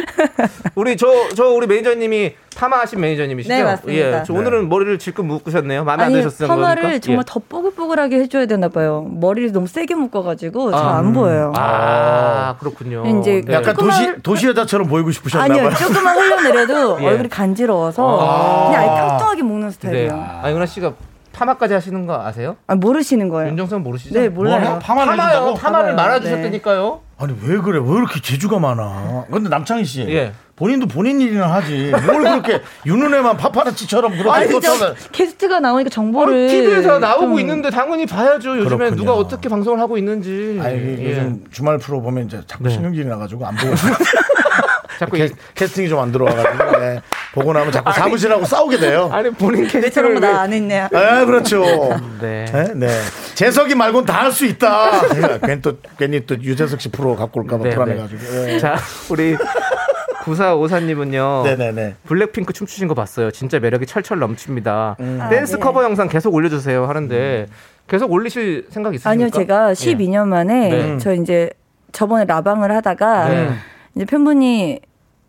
우리 저 저 우리 매니저님이 파마하신 매니저님이시죠? 네, 맞습니다. 예, 저 오늘은 머리를 질끈 묶으셨네요. 마음에 안 아니 드셨어요? 파마를 그러니까? 정말 예. 더 뽀글뽀글하게 해줘야 되나 봐요. 머리를 너무 세게 묶어가지고 잘 안 음. 보여요. 아 그렇군요. 이제 네. 약간 도시 조그만- 도시 여자처럼 보이고 싶으셨나봐요. 아니요, 조금만 흘려내려도 예. 얼굴이 간지러워서 아. 그냥 아예 뚱뚱하게 묶는 네. 스타일이에요. 아 윤아 씨가 파마까지 하시는 거 아세요? 아, 모르시는 거예요. 윤정선 모르시죠? 아, 네, 몰라요. 파마를 파마요. 해준다고? 파마를 파마요. 네. 말아주셨다니까요. 아니 왜 그래? 왜 이렇게 재주가 많아? 근데 남창희 씨 예. 본인도 본인 일이나 하지 뭘 그렇게 윤은혜만 파파라치처럼 아, 그렇게 진짜 꽂혀서 게스트가 나오니까 정보를 어, TV에서 나오고 좀- 있는데 당연히 봐야죠. 요즘에 그렇군요. 누가 어떻게 방송을 하고 있는지. 아니 예. 요즘 주말 프로 보면 이제 자꾸 신경질이 나가지고 안 보고 자꾸 캐, 네. 캐스팅이 좀 안 들어와가지고 예. 보고 나면 자꾸 사무실하고 싸우게 돼요. 아니 본인 왜 네, 저런 캐릭터를 거 나 안 했냐. 아 그렇죠. 네. 예, 네. 재석이 말곤 다 할 수 있다. 괜히 또 괜히 또 유재석 씨 프로 갖고 올까봐 네, 불안해가지고. 예. 자, 우리 구사오사님은요. 네네네. 블랙핑크 춤추신 거 봤어요. 진짜 매력이 철철 넘칩니다. 음. 댄스 네. 커버 영상 계속 올려주세요 하는데 계속 올리실 생각 있으십니까? 아니요, 제가 12년 만에 예. 네. 저 이제 저번에 라방을 하다가 네. 이제 팬분이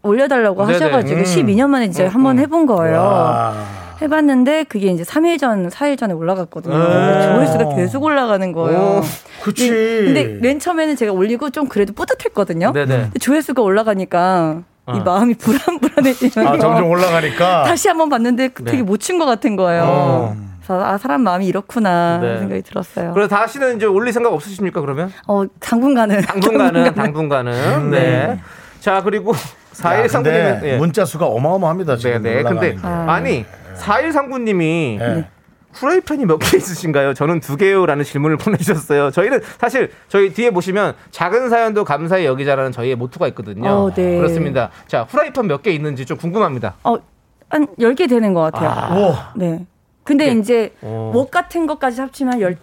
올려달라고 네네. 하셔가지고 음. 12년 만에 이제 한번 해본 거예요. 와. 해봤는데 그게 이제 3일 전, 4일 전에 올라갔거든요. 음. 네. 조회수가 계속 올라가는 거예요. 그치. 근데 맨 처음에는 제가 올리고 좀 그래도 뿌듯했거든요. 네네. 근데 조회수가 올라가니까 이 마음이 불안불안해지면서 아 점점 올라가니까. 다시 한번 봤는데 그 네. 어. 되게 못 친 것 같은 거예요. 어. 그래서 아 사람 마음이 이렇구나 네. 하는 생각이 들었어요. 그래서 다시는 이제 올릴 생각 없으십니까 그러면? 어 당분간은 아, 당분간은 당분간은 네. 자 그리고 야, 4일 근데 상부님은 예. 문자 수가 어마어마합니다 지금. 네네. 근데 올라가는 게. 아니 네. 4일 상부님이 예. 후라이팬이 몇 개 있으신가요? 저는 두 개요라는 질문을 보내주셨어요. 저희는 사실 저희 뒤에 보시면 작은 사연도 감사히 여기자라는 저희의 모토가 있거든요. 어, 네. 그렇습니다. 자 후라이팬 몇 개 있는지 좀 궁금합니다. 어한 10개 되는 것 같아요. 우와. 네. 근데 이제 어. 웍 같은 것까지 합치면 열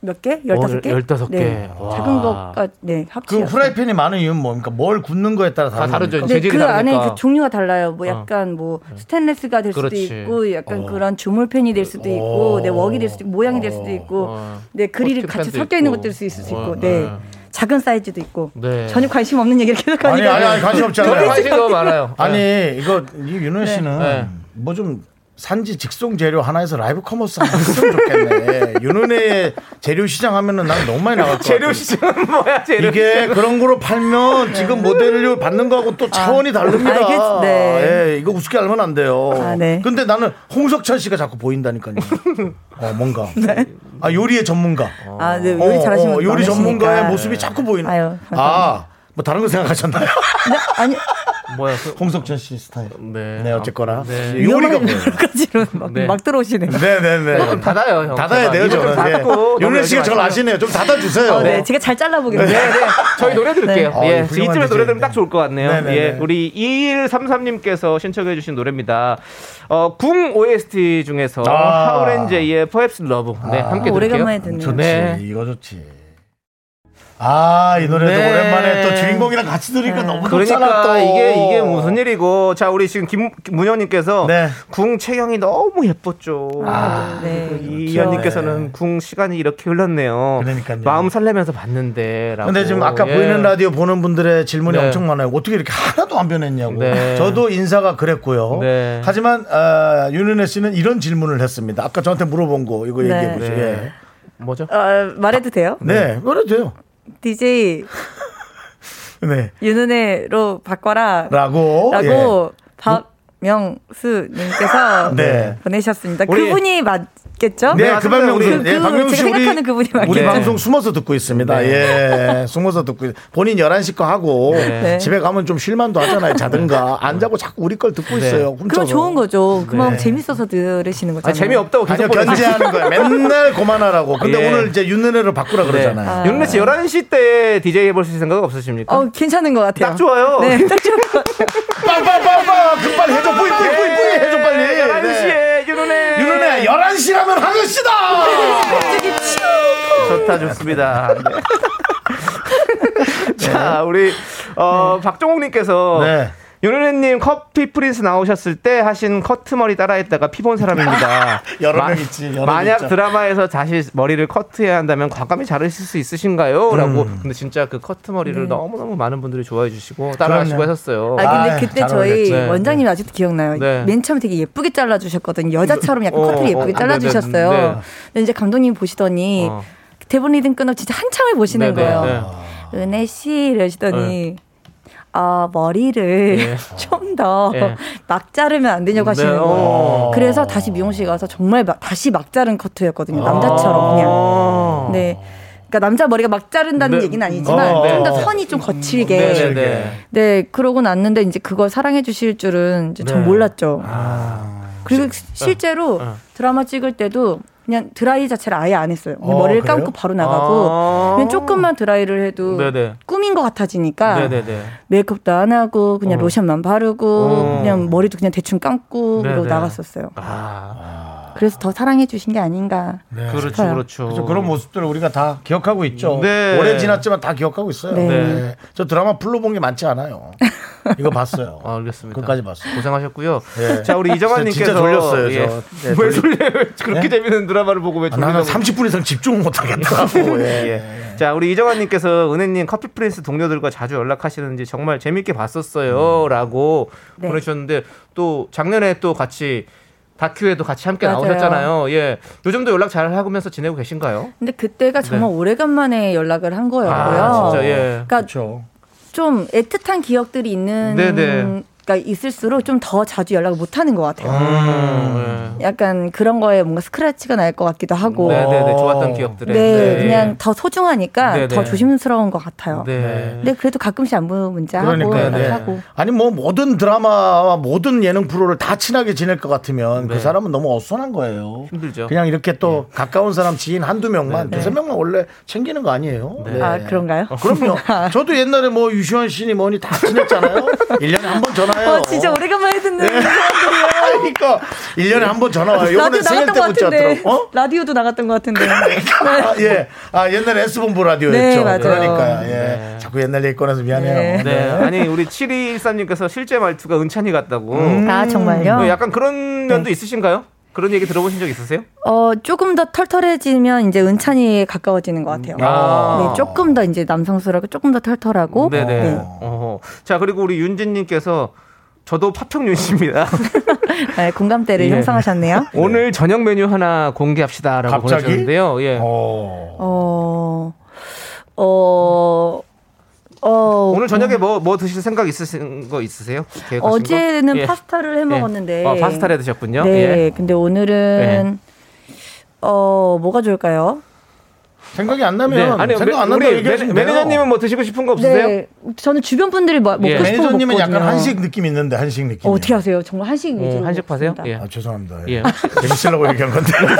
몇 개? 15개? 어, 열다섯 개. 네. 와. 작은 것과 네, 그 합치어 후라이팬이 많은 이유는 뭡니까? 뭘 굽는 거에 따라 어, 다른 겁니까? 네, 그 안에 그 종류가 달라요. 뭐 어. 약간 뭐 스테인레스가 될 그렇지. 어. 수도 있고, 약간 그런 조물팬이 될 수도 있고, 네 웍이 될 수도 있고, 모양이 될 어. 수도 있고, 네 그릴이 같이 포트팬도 섞여 있는 있고. 것들 수 있을 수 어, 있고, 네. 네. 작은 사이즈도 있고. 네. 전혀 관심 없는 얘기를 계속 아니 하니까. 아니 아니 관심 없잖아요. 도대체 어떻게- 아니 이거 이 윤호 네. 씨는 네. 뭐 좀 산지 직송 재료 하나에서 라이브 커머스 하나 했으면 좋겠네. 윤은혜의 재료 시장 하면은 난 너무 많이 나갈 것 같아. 재료 시장은 뭐야, 재료 이게 시장은. 그런 거로 팔면 지금 모델료 받는 거하고 또 차원이 다릅니다. 네. 아, 알겠- 네. 예, 이거 우습게 알면 안 돼요. 아, 네. 근데 나는 홍석천 씨가 자꾸 보인다니까요. 어, 뭔가. 아, 요리의 전문가. 아, 네, 요리 잘하시는 분들 어, 요리 전문가의 많으시니까. 모습이 자꾸 보이는. 아유, 아, 뭐 다른 거 생각하셨나요? 아니. 뭐야? 홍석천 씨 스타일. 네. 어쨌거나. 네. 요리가 위험한 뭐예요? 여기까지로 막, 네. 막 들어오시네요. 네네네. 좀 닫아요, 형. 닫아야 제발. 돼요, 입을 좀 저는. 닫고 네. 윤래 넘어가지 씨가 저를 마시고. 아시네요. 좀 닫아주세요. 어, 네, 제가 잘 잘라보겠습니다. 네, 네. 저희 노래 들을게요. 네. 아, 예. 어, 훌륭한 이쯤에 노래 DJ. 들으면 딱 좋을 것 같네요. 네, 네, 예. 네. 우리 2133님께서 신청해 주신 노래입니다. 어, 궁 OST 중에서 아. 하울앤제이의 Perhaps Love. 네, 함께 들을게요. 아, 오래간만에 듣네요. 좋지. 네. 이거 좋지. 아, 이 노래도 네. 오랜만에 또 주인공이랑 같이 들으니까 너무 좋잖아, 또. 그러니까 이게 이게 무슨 일이고 네. 자 우리 지금 김문현님께서 네. 궁 채경이 너무 예뻤죠. 아, 아, 네. 그 그렇죠. 네. 이현님께서는 궁 시간이 이렇게 흘렀네요. 마음 설레면서 봤는데라고. 근데 지금 아까 예. 보이는 라디오 보는 분들의 질문이 네. 엄청 많아요. 어떻게 이렇게 하나도 안 변했냐고. 네. 저도 인사가 그랬고요. 네. 하지만 어, 윤은혜 씨는 이런 질문을 했습니다. 아까 저한테 물어본 거 이거 네. 얘기해 보세요. 네. 뭐죠? 어, 말해도 돼요? 네, 그래도 돼요. DJ 네. 윤은혜로 바꿔라. 라고, 예. 라고 박명수 님께서 네. 보내셨습니다. 우리- 그분이 맞겠죠? 네, 그 박명수. 그, 예, 그 박명수 씨 제가 생각하는 그분이 맞겠죠? 네. 우리 방송 숨어서 듣고 있습니다. 예. 숨어서 듣고. 있- 본인 11시 거 하고 네. 집에 가면 좀 쉴만도 하잖아요. 네. 자든가. 안 자고 자꾸 우리 걸 듣고 있어요. 훔쳐서. 그럼 좋은 거죠. 그만 네. 재밌어서 들으시는 거잖아요. 아니요, 견제하는 거야. 맨날 고만하라고. 근데 예. 오늘 이제 윤은혜로 바꾸라 그러잖아요. 아. 윤래 씨 11시 때 DJ 해볼 수 있는 생각 없으십니까? 네. 어, 괜찮은 것 같아요. 딱 좋아요. 네, 딱 좋아요. 빵빵빵빵 급빨리 해줘 뿌이 뿌이 뿌이 뿌이 네. 해줘 빨리 네, 네. 11시 에 윤은혜 윤은혜 11시라면 하늘씨다 갑자기 좋다 좋습니다. 네. 자 우리 어 네. 박종욱님께서 네. 윤은혜님 커피 프린스 나오셨을 때 하신 커트 머리 따라했다가 피본 사람입니다. 여러 명 있지, 여러 명 만약 있죠. 드라마에서 다시 머리를 커트해야 한다면 과감히 자르실 수 있으신가요?라고. 음. 근데 진짜 그 커트 머리를 네. 너무 너무 많은 분들이 좋아해 주시고 따라하시고 그럼요. 하셨어요. 아 근데 그때 저희 네. 원장님이 아직도 기억나요. 네. 맨 처음 되게 예쁘게 잘라주셨거든요. 여자처럼 약간 어, 커트를 예쁘게 어, 잘라주셨어요. 네, 네, 네. 근데 이제 감독님 보시더니 어. 대본 리듬 끊어 진짜 한참을 보시는 네, 네, 거예요. 은혜 씨 네. 이러시더니 아 머리를 네. 좀 더 막 네. 자르면 안 되냐고 하시는 네, 거예요. 어. 그래서 다시 미용실 가서 정말 막- 다시 막 자른 커트였거든요. 아. 아. 남자처럼 그냥. 네. 그러니까 남자 머리가 막 자른다는 네. 얘기는 아니지만 어. 좀 더 선이 좀 거칠게 네, 네, 네. 네, 그러고 났는데 이제 그걸 사랑해 주실 줄은 이제 전 네. 아. 몰랐죠. 그리고 시- 실제로 어, 어. 드라마 찍을 때도 그냥 드라이 자체를 아예 안 했어요. 그냥 어, 머리를 그래요? 감고 바로 나가고 아. 그냥 조금만 드라이를 해도 네네. 꿈인 것 같아지니까 네네네. 메이크업도 안 하고 그냥 어. 로션만 바르고 어. 그냥 머리도 그냥 대충 감고 그러고 네네. 나갔었어요. 그래서 더 사랑해 주신 게 아닌가. 아. 그렇죠, 싶어요. 그렇죠. 그래서 그런 모습들을 우리가 다 기억하고 있죠. 네. 오래 지났지만 다 기억하고 있어요. 네. 네. 저 드라마 풀로 본 게 많지 않아요. 이거 봤어요. 아, 알겠습니다. 끝까지 봤어요. 고생하셨고요. 예. 자 우리 이정환님께서 진짜 돌렸어요. 예. 저. 네, 왜 돌려? 그렇게 재밌는 드라마를 보고 왜 아, 돌리냐고. 나는 30분 이상 집중을 못 하겠다고. 예. 예. 자 우리 이정환님께서 은혜님 커피 프린스 동료들과 자주 연락하시는지 정말 재밌게 봤었어요라고 네. 보내주셨는데 또 작년에 또 같이 다큐에도 같이 함께 맞아요. 나오셨잖아요. 예. 요즘도 연락 잘 하면서 지내고 계신가요? 근데 그때가 정말 네. 오래간만에 연락을 한 거였고요. 아, 진짜, 예. 그러니까 그렇죠. 좀 애틋한 기억들이 있는 네네. 그러니까 있을수록 좀 더 자주 연락을 못 하는 것 같아요. 어. 음, 예. 약간 그런 거에 뭔가 스크래치가 날 것 같기도 하고. 네네네 좋았던 기억들에. 네, 그냥 더 소중하니까 네네. 더 조심스러운 것 같아요. 네. 근데 그래도 가끔씩 안부 문자 하고 그러니까요. 네. 연락하고. 아니 뭐 모든 드라마와 모든 예능 프로를 다 친하게 지낼 것 같으면 그 사람은 너무 어수선한 거예요. 네. 힘들죠. 그냥 이렇게 또 가까운 사람 지인 한두 명만 네, 네. 두세 명만 원래 챙기는 거 아니에요? 네. 네. 아 그런가요? 그럼요. 저도 옛날에 뭐 유시원 씨니 뭐니 다 친했잖아요. 1년에 한 번 전화해 아, 진짜 오래간만에 듣는 네. 사람들이에요. 그러니까 1년에 한 번 전화 어, 와요. 요번에 생일 때 문자 왔더라고. 어? 라디오도 나갔던 것 같은데. 아, 예. 아, 옛날에 S본부 라디오였죠. 네, 맞아요. 네. 그러니까, 예. 자꾸 옛날 얘기 꺼내서 미안해요. 네. 아니 우리 7213님께서 실제 말투가 은찬이 같다고. 음. 아, 정말요? 네. 뭐 약간 그런 면도 있으신가요? 그런 얘기 들어보신 적 있으세요? 어, 조금 더 털털해지면 이제 은찬이에 가까워지는 것 같아요. 아. 네, 조금 더 이제 남성스럽고 조금 더 털털하고. 네네. 어허. 자 그리고 우리 윤진님께서 저도 파평윤 씨입니다. 네, 공감대를 예. 형성하셨네요. 오늘 저녁 메뉴 하나 공개합시다라고 갑자기? 보내주셨는데요. 어. 예. 어, 어, 어. 오늘 저녁에 뭐 뭐 드실 생각 있으신 거 있으세요? 계획하신 거? 어제는 예. 파스타를 해 예. 먹었는데. 어, 파스타를 해 드셨군요. 네, 예. 근데 오늘은 어 뭐가 좋을까요? 생각이 안 나면 네. 아니요, 생각 안 매- 난다고 우리 얘기하시면 매- 돼요. 매니저님은 뭐 드시고 싶은 거 없으세요? 네, 저는 주변 분들이 마- 먹고 예. 싶은 거 매니저님은 먹거든요. 약간 한식 느낌 있는데 한식 느낌. 어, 어떻게 하세요? 정말 한식 위주로 파세요? 먹습니다. 네. 예. 아, 죄송합니다. 예. 재밌으려고 얘기한 건데.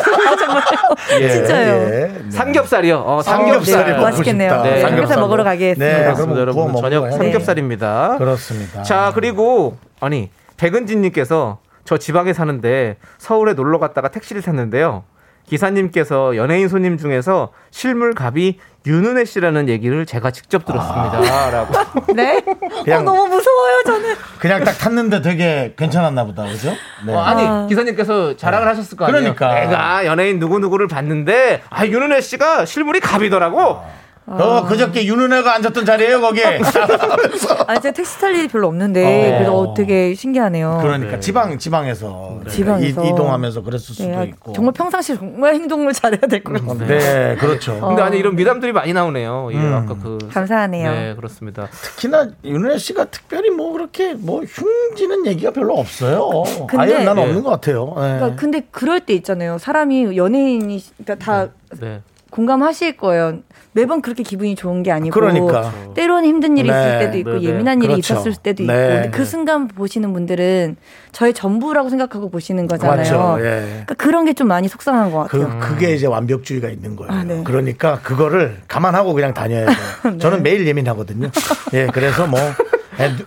네. 예. 진짜요? 삼겹살이요. 아, 어, 삼겹살. 네, 맛있겠네요. 네, 삼겹살 먹으러 네. 가겠습니다. 네, 네, 그럼 그럼 여러분 구워 저녁 먹어야죠. 삼겹살입니다. 그렇습니다. 아. 자, 그리고 아니, 백은진 님께서 저 지방에 사는데 서울에 놀러 갔다가 택시를 탔는데요. 기사님께서 연예인 손님 중에서 실물 갑이 윤은혜 씨라는 얘기를 제가 직접 아. 들었습니다라고. 네? 그냥- 어, 너무 무서워요, 저는. 그냥 딱 탔는데 되게 괜찮았나 보다. 그죠? 네. 어, 아니 아. 기사님께서 자랑을 하셨을 거 아니에요. 그러니까. 내가 연예인 누구 누구를 봤는데 아 윤은혜 씨가 실물이 갑이더라고. 어, 그저께 윤은혜가 앉았던 자리에요, 거기. 아, 제가 택시 탈 일이 별로 없는데 어. 그래도 되게 신기하네요. 그러니까 지방 지방에서 그러니까 지방에서. 이, 동하면서 그랬을 수도 네, 아, 있고. 정말 평상시 정말 행동을 잘해야 될 것 같아요. 네, 그렇죠. 근데 어. 아니 이런 미담들이 많이 나오네요. 예, 음. 아까 그 감사하네요. 네, 그렇습니다. 특히나 윤은혜 씨가 특별히 뭐 그렇게 뭐 흉지는 얘기가 별로 없어요. 근데- 아예 난 네. 없는 것 같아요. 예. 그러니까 근데 그럴 때 있잖아요. 사람이 연예인이 그러니까 다 네. 공감하실 거예요. 매번 그렇게 기분이 좋은 게 아니고 그러니까. 때로는 힘든 일이 네. 있을 때도 있고 네, 네. 예민한 일이 그렇죠. 있었을 때도 있고 네. 근데 그 순간 보시는 분들은 저의 전부라고 생각하고 보시는 거잖아요. 맞죠. 예. 그러니까 그런 게 좀 많이 속상한 것 같아요. 그, 그게 이제 완벽주의가 있는 거예요. 아, 네. 그러니까 그거를 감안하고 그냥 다녀야 돼요. 저는 매일 예민하거든요. 예, 그래서 뭐,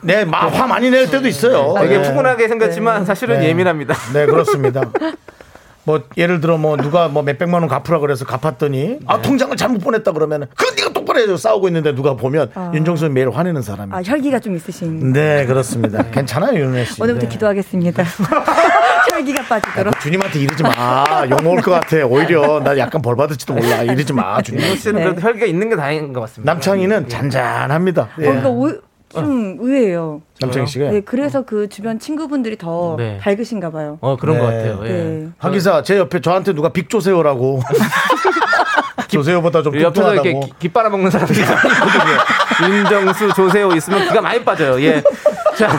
내, 마, 화 많이 낼 때도 있어요. 되게 예. 푸근하게 생겼지만 사실은 네. 예민합니다. 네, 그렇습니다. 뭐 예를 들어 뭐 누가 뭐 몇백만 원 갚으라 그래서 갚았더니 아 네. 통장을 잘못 보냈다 그러면은 그 네가 똑바로 해줘 싸우고 있는데 누가 보면 아. 윤정수 매일 화내는 사람이. 아 혈기가 좀 있으신. 네, 그렇습니다. 괜찮아요, 윤혜 씨. 오늘부터 네. 뭐 기도하겠습니다. 혈기가 빠지도록. 주님한테 이러지 마. 욕 먹을 것 같아. 오히려 나 약간 벌 받을지도 몰라. 이러지 마, 주님. 윤호 씨는 그래도 혈기가 있는 게 다행인 것 같습니다. 남창희는 잔잔합니다. 예. 어, 그러니까 오- 좀 어. 의외예요. 남창희 씨가 네, 그래서 그 주변 친구분들이 더 네. 밝으신가 봐요. 어 그런 것 같아요. 예. 네. 하기사 제 옆에 저한테 누가 빅조세호라고 조세호보다 좀 옆에서 이렇게 똑똑하다고. 기- 기 빨아먹는 사람들이 있거든요. 윤정수, 조세호 있으면 기가 많이 빠져요. 예. 자.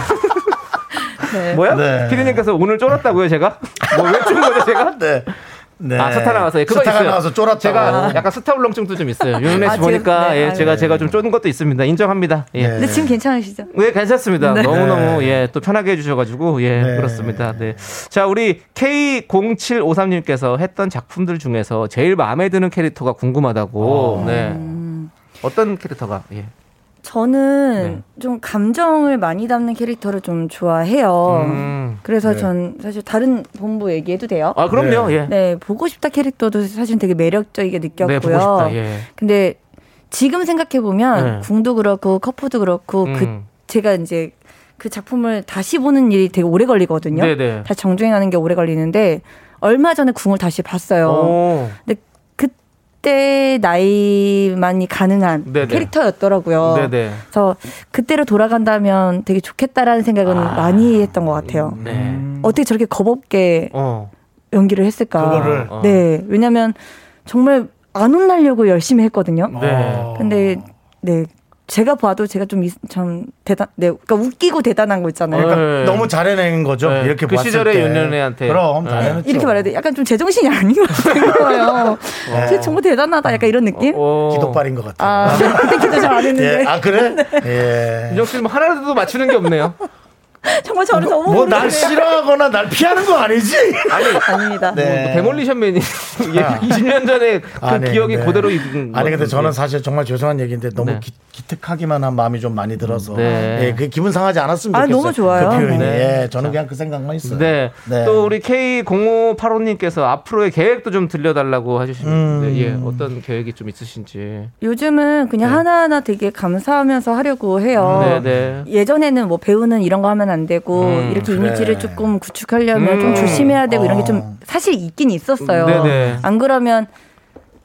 뭐야? 네. 피디님께서 오늘 쫄았다고요, 제가? 뭐왜 쫄은 거죠, 제가? 네. 네. 아, 스타 나와서. 예, 그거 스타가 있어요. 나와서 쫄았다고. 제가 약간 스타 울렁증도 좀 있어요. 윤은혜 아, 씨 지금, 보니까 네, 예, 아유. 제가 제가 좀 쫄은 것도 있습니다. 인정합니다. 예. 근데 지금 괜찮으시죠? 네, 괜찮습니다. 네. 너무너무, 예, 또 편하게 해주셔가지고, 예, 그렇습니다. 네. 자, 우리 K0753님께서 했던 작품들 중에서 제일 마음에 드는 캐릭터가 어. 궁금하다고, 네. 어떤 캐릭터가, 예. 저는 네. 좀 감정을 많이 담는 캐릭터를 좀 좋아해요. 음. 그래서 네. 전 사실 다른 본부 얘기해도 돼요? 아, 그럼요, 네. 예. 네, 보고 싶다 캐릭터도 사실 되게 매력적이게 느꼈고요. 네, 보고 싶다, 예. 근데 지금 생각해 보면 네. 궁도 그렇고 커프도 그렇고 그 음. 제가 이제 그 작품을 다시 보는 일이 되게 오래 걸리거든요. 네네. 다시 정주행하는 게 오래 걸리는데 얼마 전에 궁을 다시 봤어요. 오. 근데 그때 나이만이 가능한 네네. 캐릭터였더라고요. 어. 네네. 그래서 그때로 돌아간다면 되게 좋겠다라는 생각은 많이 했던 것 같아요. 음. 네. 어떻게 저렇게 겁없게 어. 어, 연기를 했을까? 그거를. 네, 왜냐하면 정말 안 혼나려고 열심히 했거든요. 어. 네. 근데 네 제가 봐도 제가 좀 참 대단, 네, 그러니까 웃기고 대단한 거 어, 있잖아요. 그러니까 네. 너무 잘해낸 거죠. 이렇게 그 봤을 시절의 때. 윤은혜한테. 그럼 예. 잘해냈죠. 이렇게 말해야 돼. 약간 좀 제정신이 아닌 것 같은 거예요. 네. 쟤 정말 대단하다. 약간 이런 어, 느낌? 기도빨인 것 같아. 아, 그때 기도 잘 안 했는데. 예. 아 그래? 예. 윤정 씨는 뭐 하나라도 맞추는 게 없네요. 정말 저를 너무 뭐 모르겠네요. 날 싫어하거나 날 피하는 거 아니지? 아니, 아닙니다. 네. 뭐 데몰리션맨이 아. 20년 전에 그 기억이 그대로 있는 네, 아니 것 근데 같은데. 저는 사실 정말 죄송한 얘기인데 너무 네. 기, 기특하기만 한 마음이 좀 많이 들어서 네. 예, 그 기분 상하지 않았으면 아, 좋겠어요. 너무 좋아요. 그 표현이. 네. 예, 저는 그냥 그 생각만 있어요. 네. 네. 또 우리 K0585님께서 앞으로의 계획도 좀 들려달라고 하주시는데 음. 예. 어떤 계획이 좀 있으신지. 요즘은 그냥 하나하나 되게 감사하면서 하려고 어. 해요. 음, 네, 네. 예전에는 뭐 배우는 이런 거 하면 안 되고 음, 이렇게 그래. 이미지를 조금 구축하려면 음. 좀 조심해야 되고 이런 게 어. 좀 사실 있긴 있었어요. 음, 네, 네. 안 그러면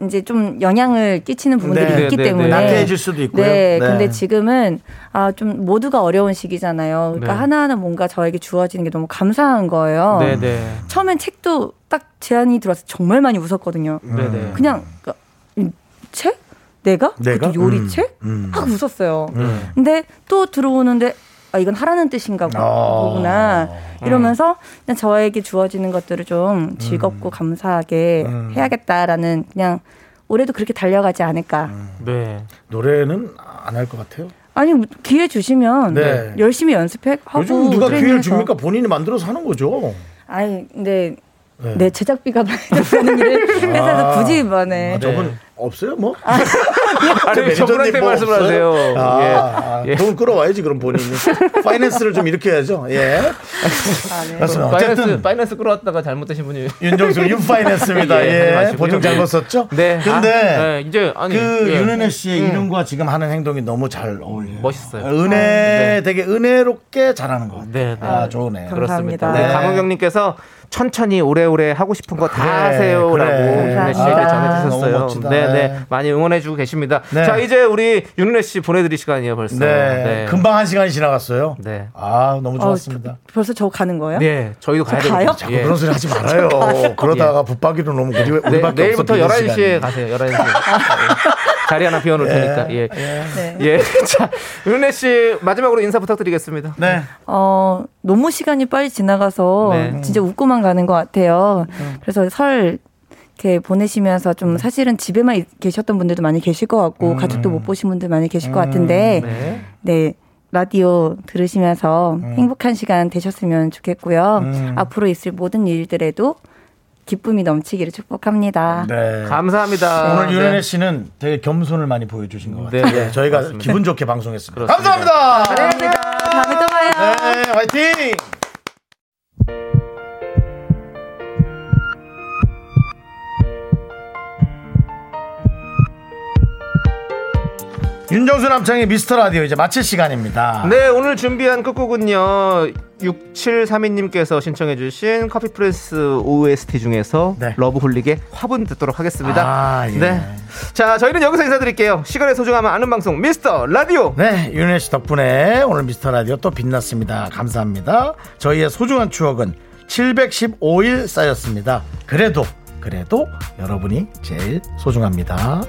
이제 좀 영향을 끼치는 부분들이 네. 있기 네, 네, 때문에 네. 나태해질 수도 있고요. 네. 네, 근데 지금은 아 좀 모두가 어려운 시기잖아요. 그러니까 네. 하나하나 뭔가 저에게 주어지는 게 너무 감사한 어. 거예요. 네, 네. 처음엔 책도 딱 제안이 들어와서 정말 많이 웃었거든요. 네, 네. 그냥 그, 음, 책? 내가? 내가? 그것도 요리책? 음, 음. 하고 웃었어요. 음. 근데 또 들어오는데 아 이건 하라는 뜻인가 아. 어. 보구나 음. 이러면서 그냥 저에게 주어지는 것들을 좀 음. 즐겁고 감사하게 해야겠다라는 그냥 올해도 그렇게 달려가지 않을까. 음. 네. 노래는 안 할 것 같아요. 아니 뭐, 기회 주시면 네. 열심히 연습하고 요즘 누가 기회를 트레이닝해서. 줍니까? 본인이 만들어서 하는 거죠. 아니 근데 네. 내 제작비가 많이 들어가는 일을 회사에서 굳이 이번에 아, 저분 없어요, 뭐? 아니, 매니저님 네. 아, 저분한테 뭐 말씀을 없어요? 하세요. 아, 예. 아, 예. 돈 끌어와야지, 그럼 본인이. 파이낸스를 좀 이렇게 해야죠. 예. 아, 네. 그렇습니다. 파이낸스 어쨌든 파이낸스 끌어왔다가 잘못되신 분이 윤정수 윤파이낸스입니다. 예, 예. 네, 맞습니다. 보증 잘못 썼죠? 네. 근데 아, 네, 이제 아니 그 예. 윤은혜 씨의 음. 이름과 지금 하는 행동이 너무 잘 어울려요. 멋있어요. 아, 은혜 되게 은혜롭게 잘하는 것 같아요. 네, 네. 아, 좋네. 그렇습니다. 네. 우리 강호경님께서 천천히 오래오래 하고 싶은 거 다 하세요라고 그래. 윤래 씨에게 감사합니다. 너무 전해주셨어요. 멋지다. 네. 네, 네, 많이 응원해주고 계십니다. 네. 자, 이제 우리 윤래 씨 보내드릴 시간이에요, 벌써. 네. 금방 한 시간이 지나갔어요. 네. 아, 너무 어, 좋았습니다. 그, 벌써 저 가는 거예요? 네, 저희도 저 가야 가요? 되거든요. 자꾸 그런 소리 하지 말아요. 그러다가 붙박이로 너무 우리, 예. 네, 우리밖에 내일부터 없어. 11시에 비는 시간이. 가세요. 11시에. 예. 자리 하나 비워놓을 예. 테니까. 예. 네. 예. 자, 윤래 씨 마지막으로 인사 부탁드리겠습니다. 네. 어, 너무 시간이 빨리 지나가서 네. 진짜 웃고만 가는 것 같아요. 그래서 설 이렇게 보내시면서 네. 좀 사실은 집에만 있- 계셨던 분들도 많이 계실 것 같고 가족도 못 보신 분들 많이 계실 것 같은데 음. 네. 라디오 들으시면서 행복한 시간 되셨으면 좋겠고요. 음. 앞으로 있을 모든 일들에도 기쁨이 넘치기를 축복합니다. 네. 감사합니다. 오늘 네. 유ren혜 씨는 되게 겸손을 많이 보여주신 것 네, 같아요. 네. 저희가 맞습니다. 기분 좋게 방송했습니다. 그렇습니다. 감사합니다. 다음에 또 봐요. 네, 화이팅! 윤정수 남창의 미스터 라디오 이제 마칠 시간입니다. 네, 오늘 준비한 끝곡은요. 6732님께서 신청해주신 커피 프린스 OST 중에서 러브홀릭의 화분 듣도록 하겠습니다. 네. 아, 예. 네. 자, 저희는 여기서 인사드릴게요. 시간의 소중함을 아는 방송, 미스터 라디오! 네, 윤혜 씨 덕분에 오늘 미스터 라디오 또 빛났습니다. 감사합니다. 저희의 소중한 추억은 715일 쌓였습니다. 그래도, 그래도 여러분이 제일 소중합니다.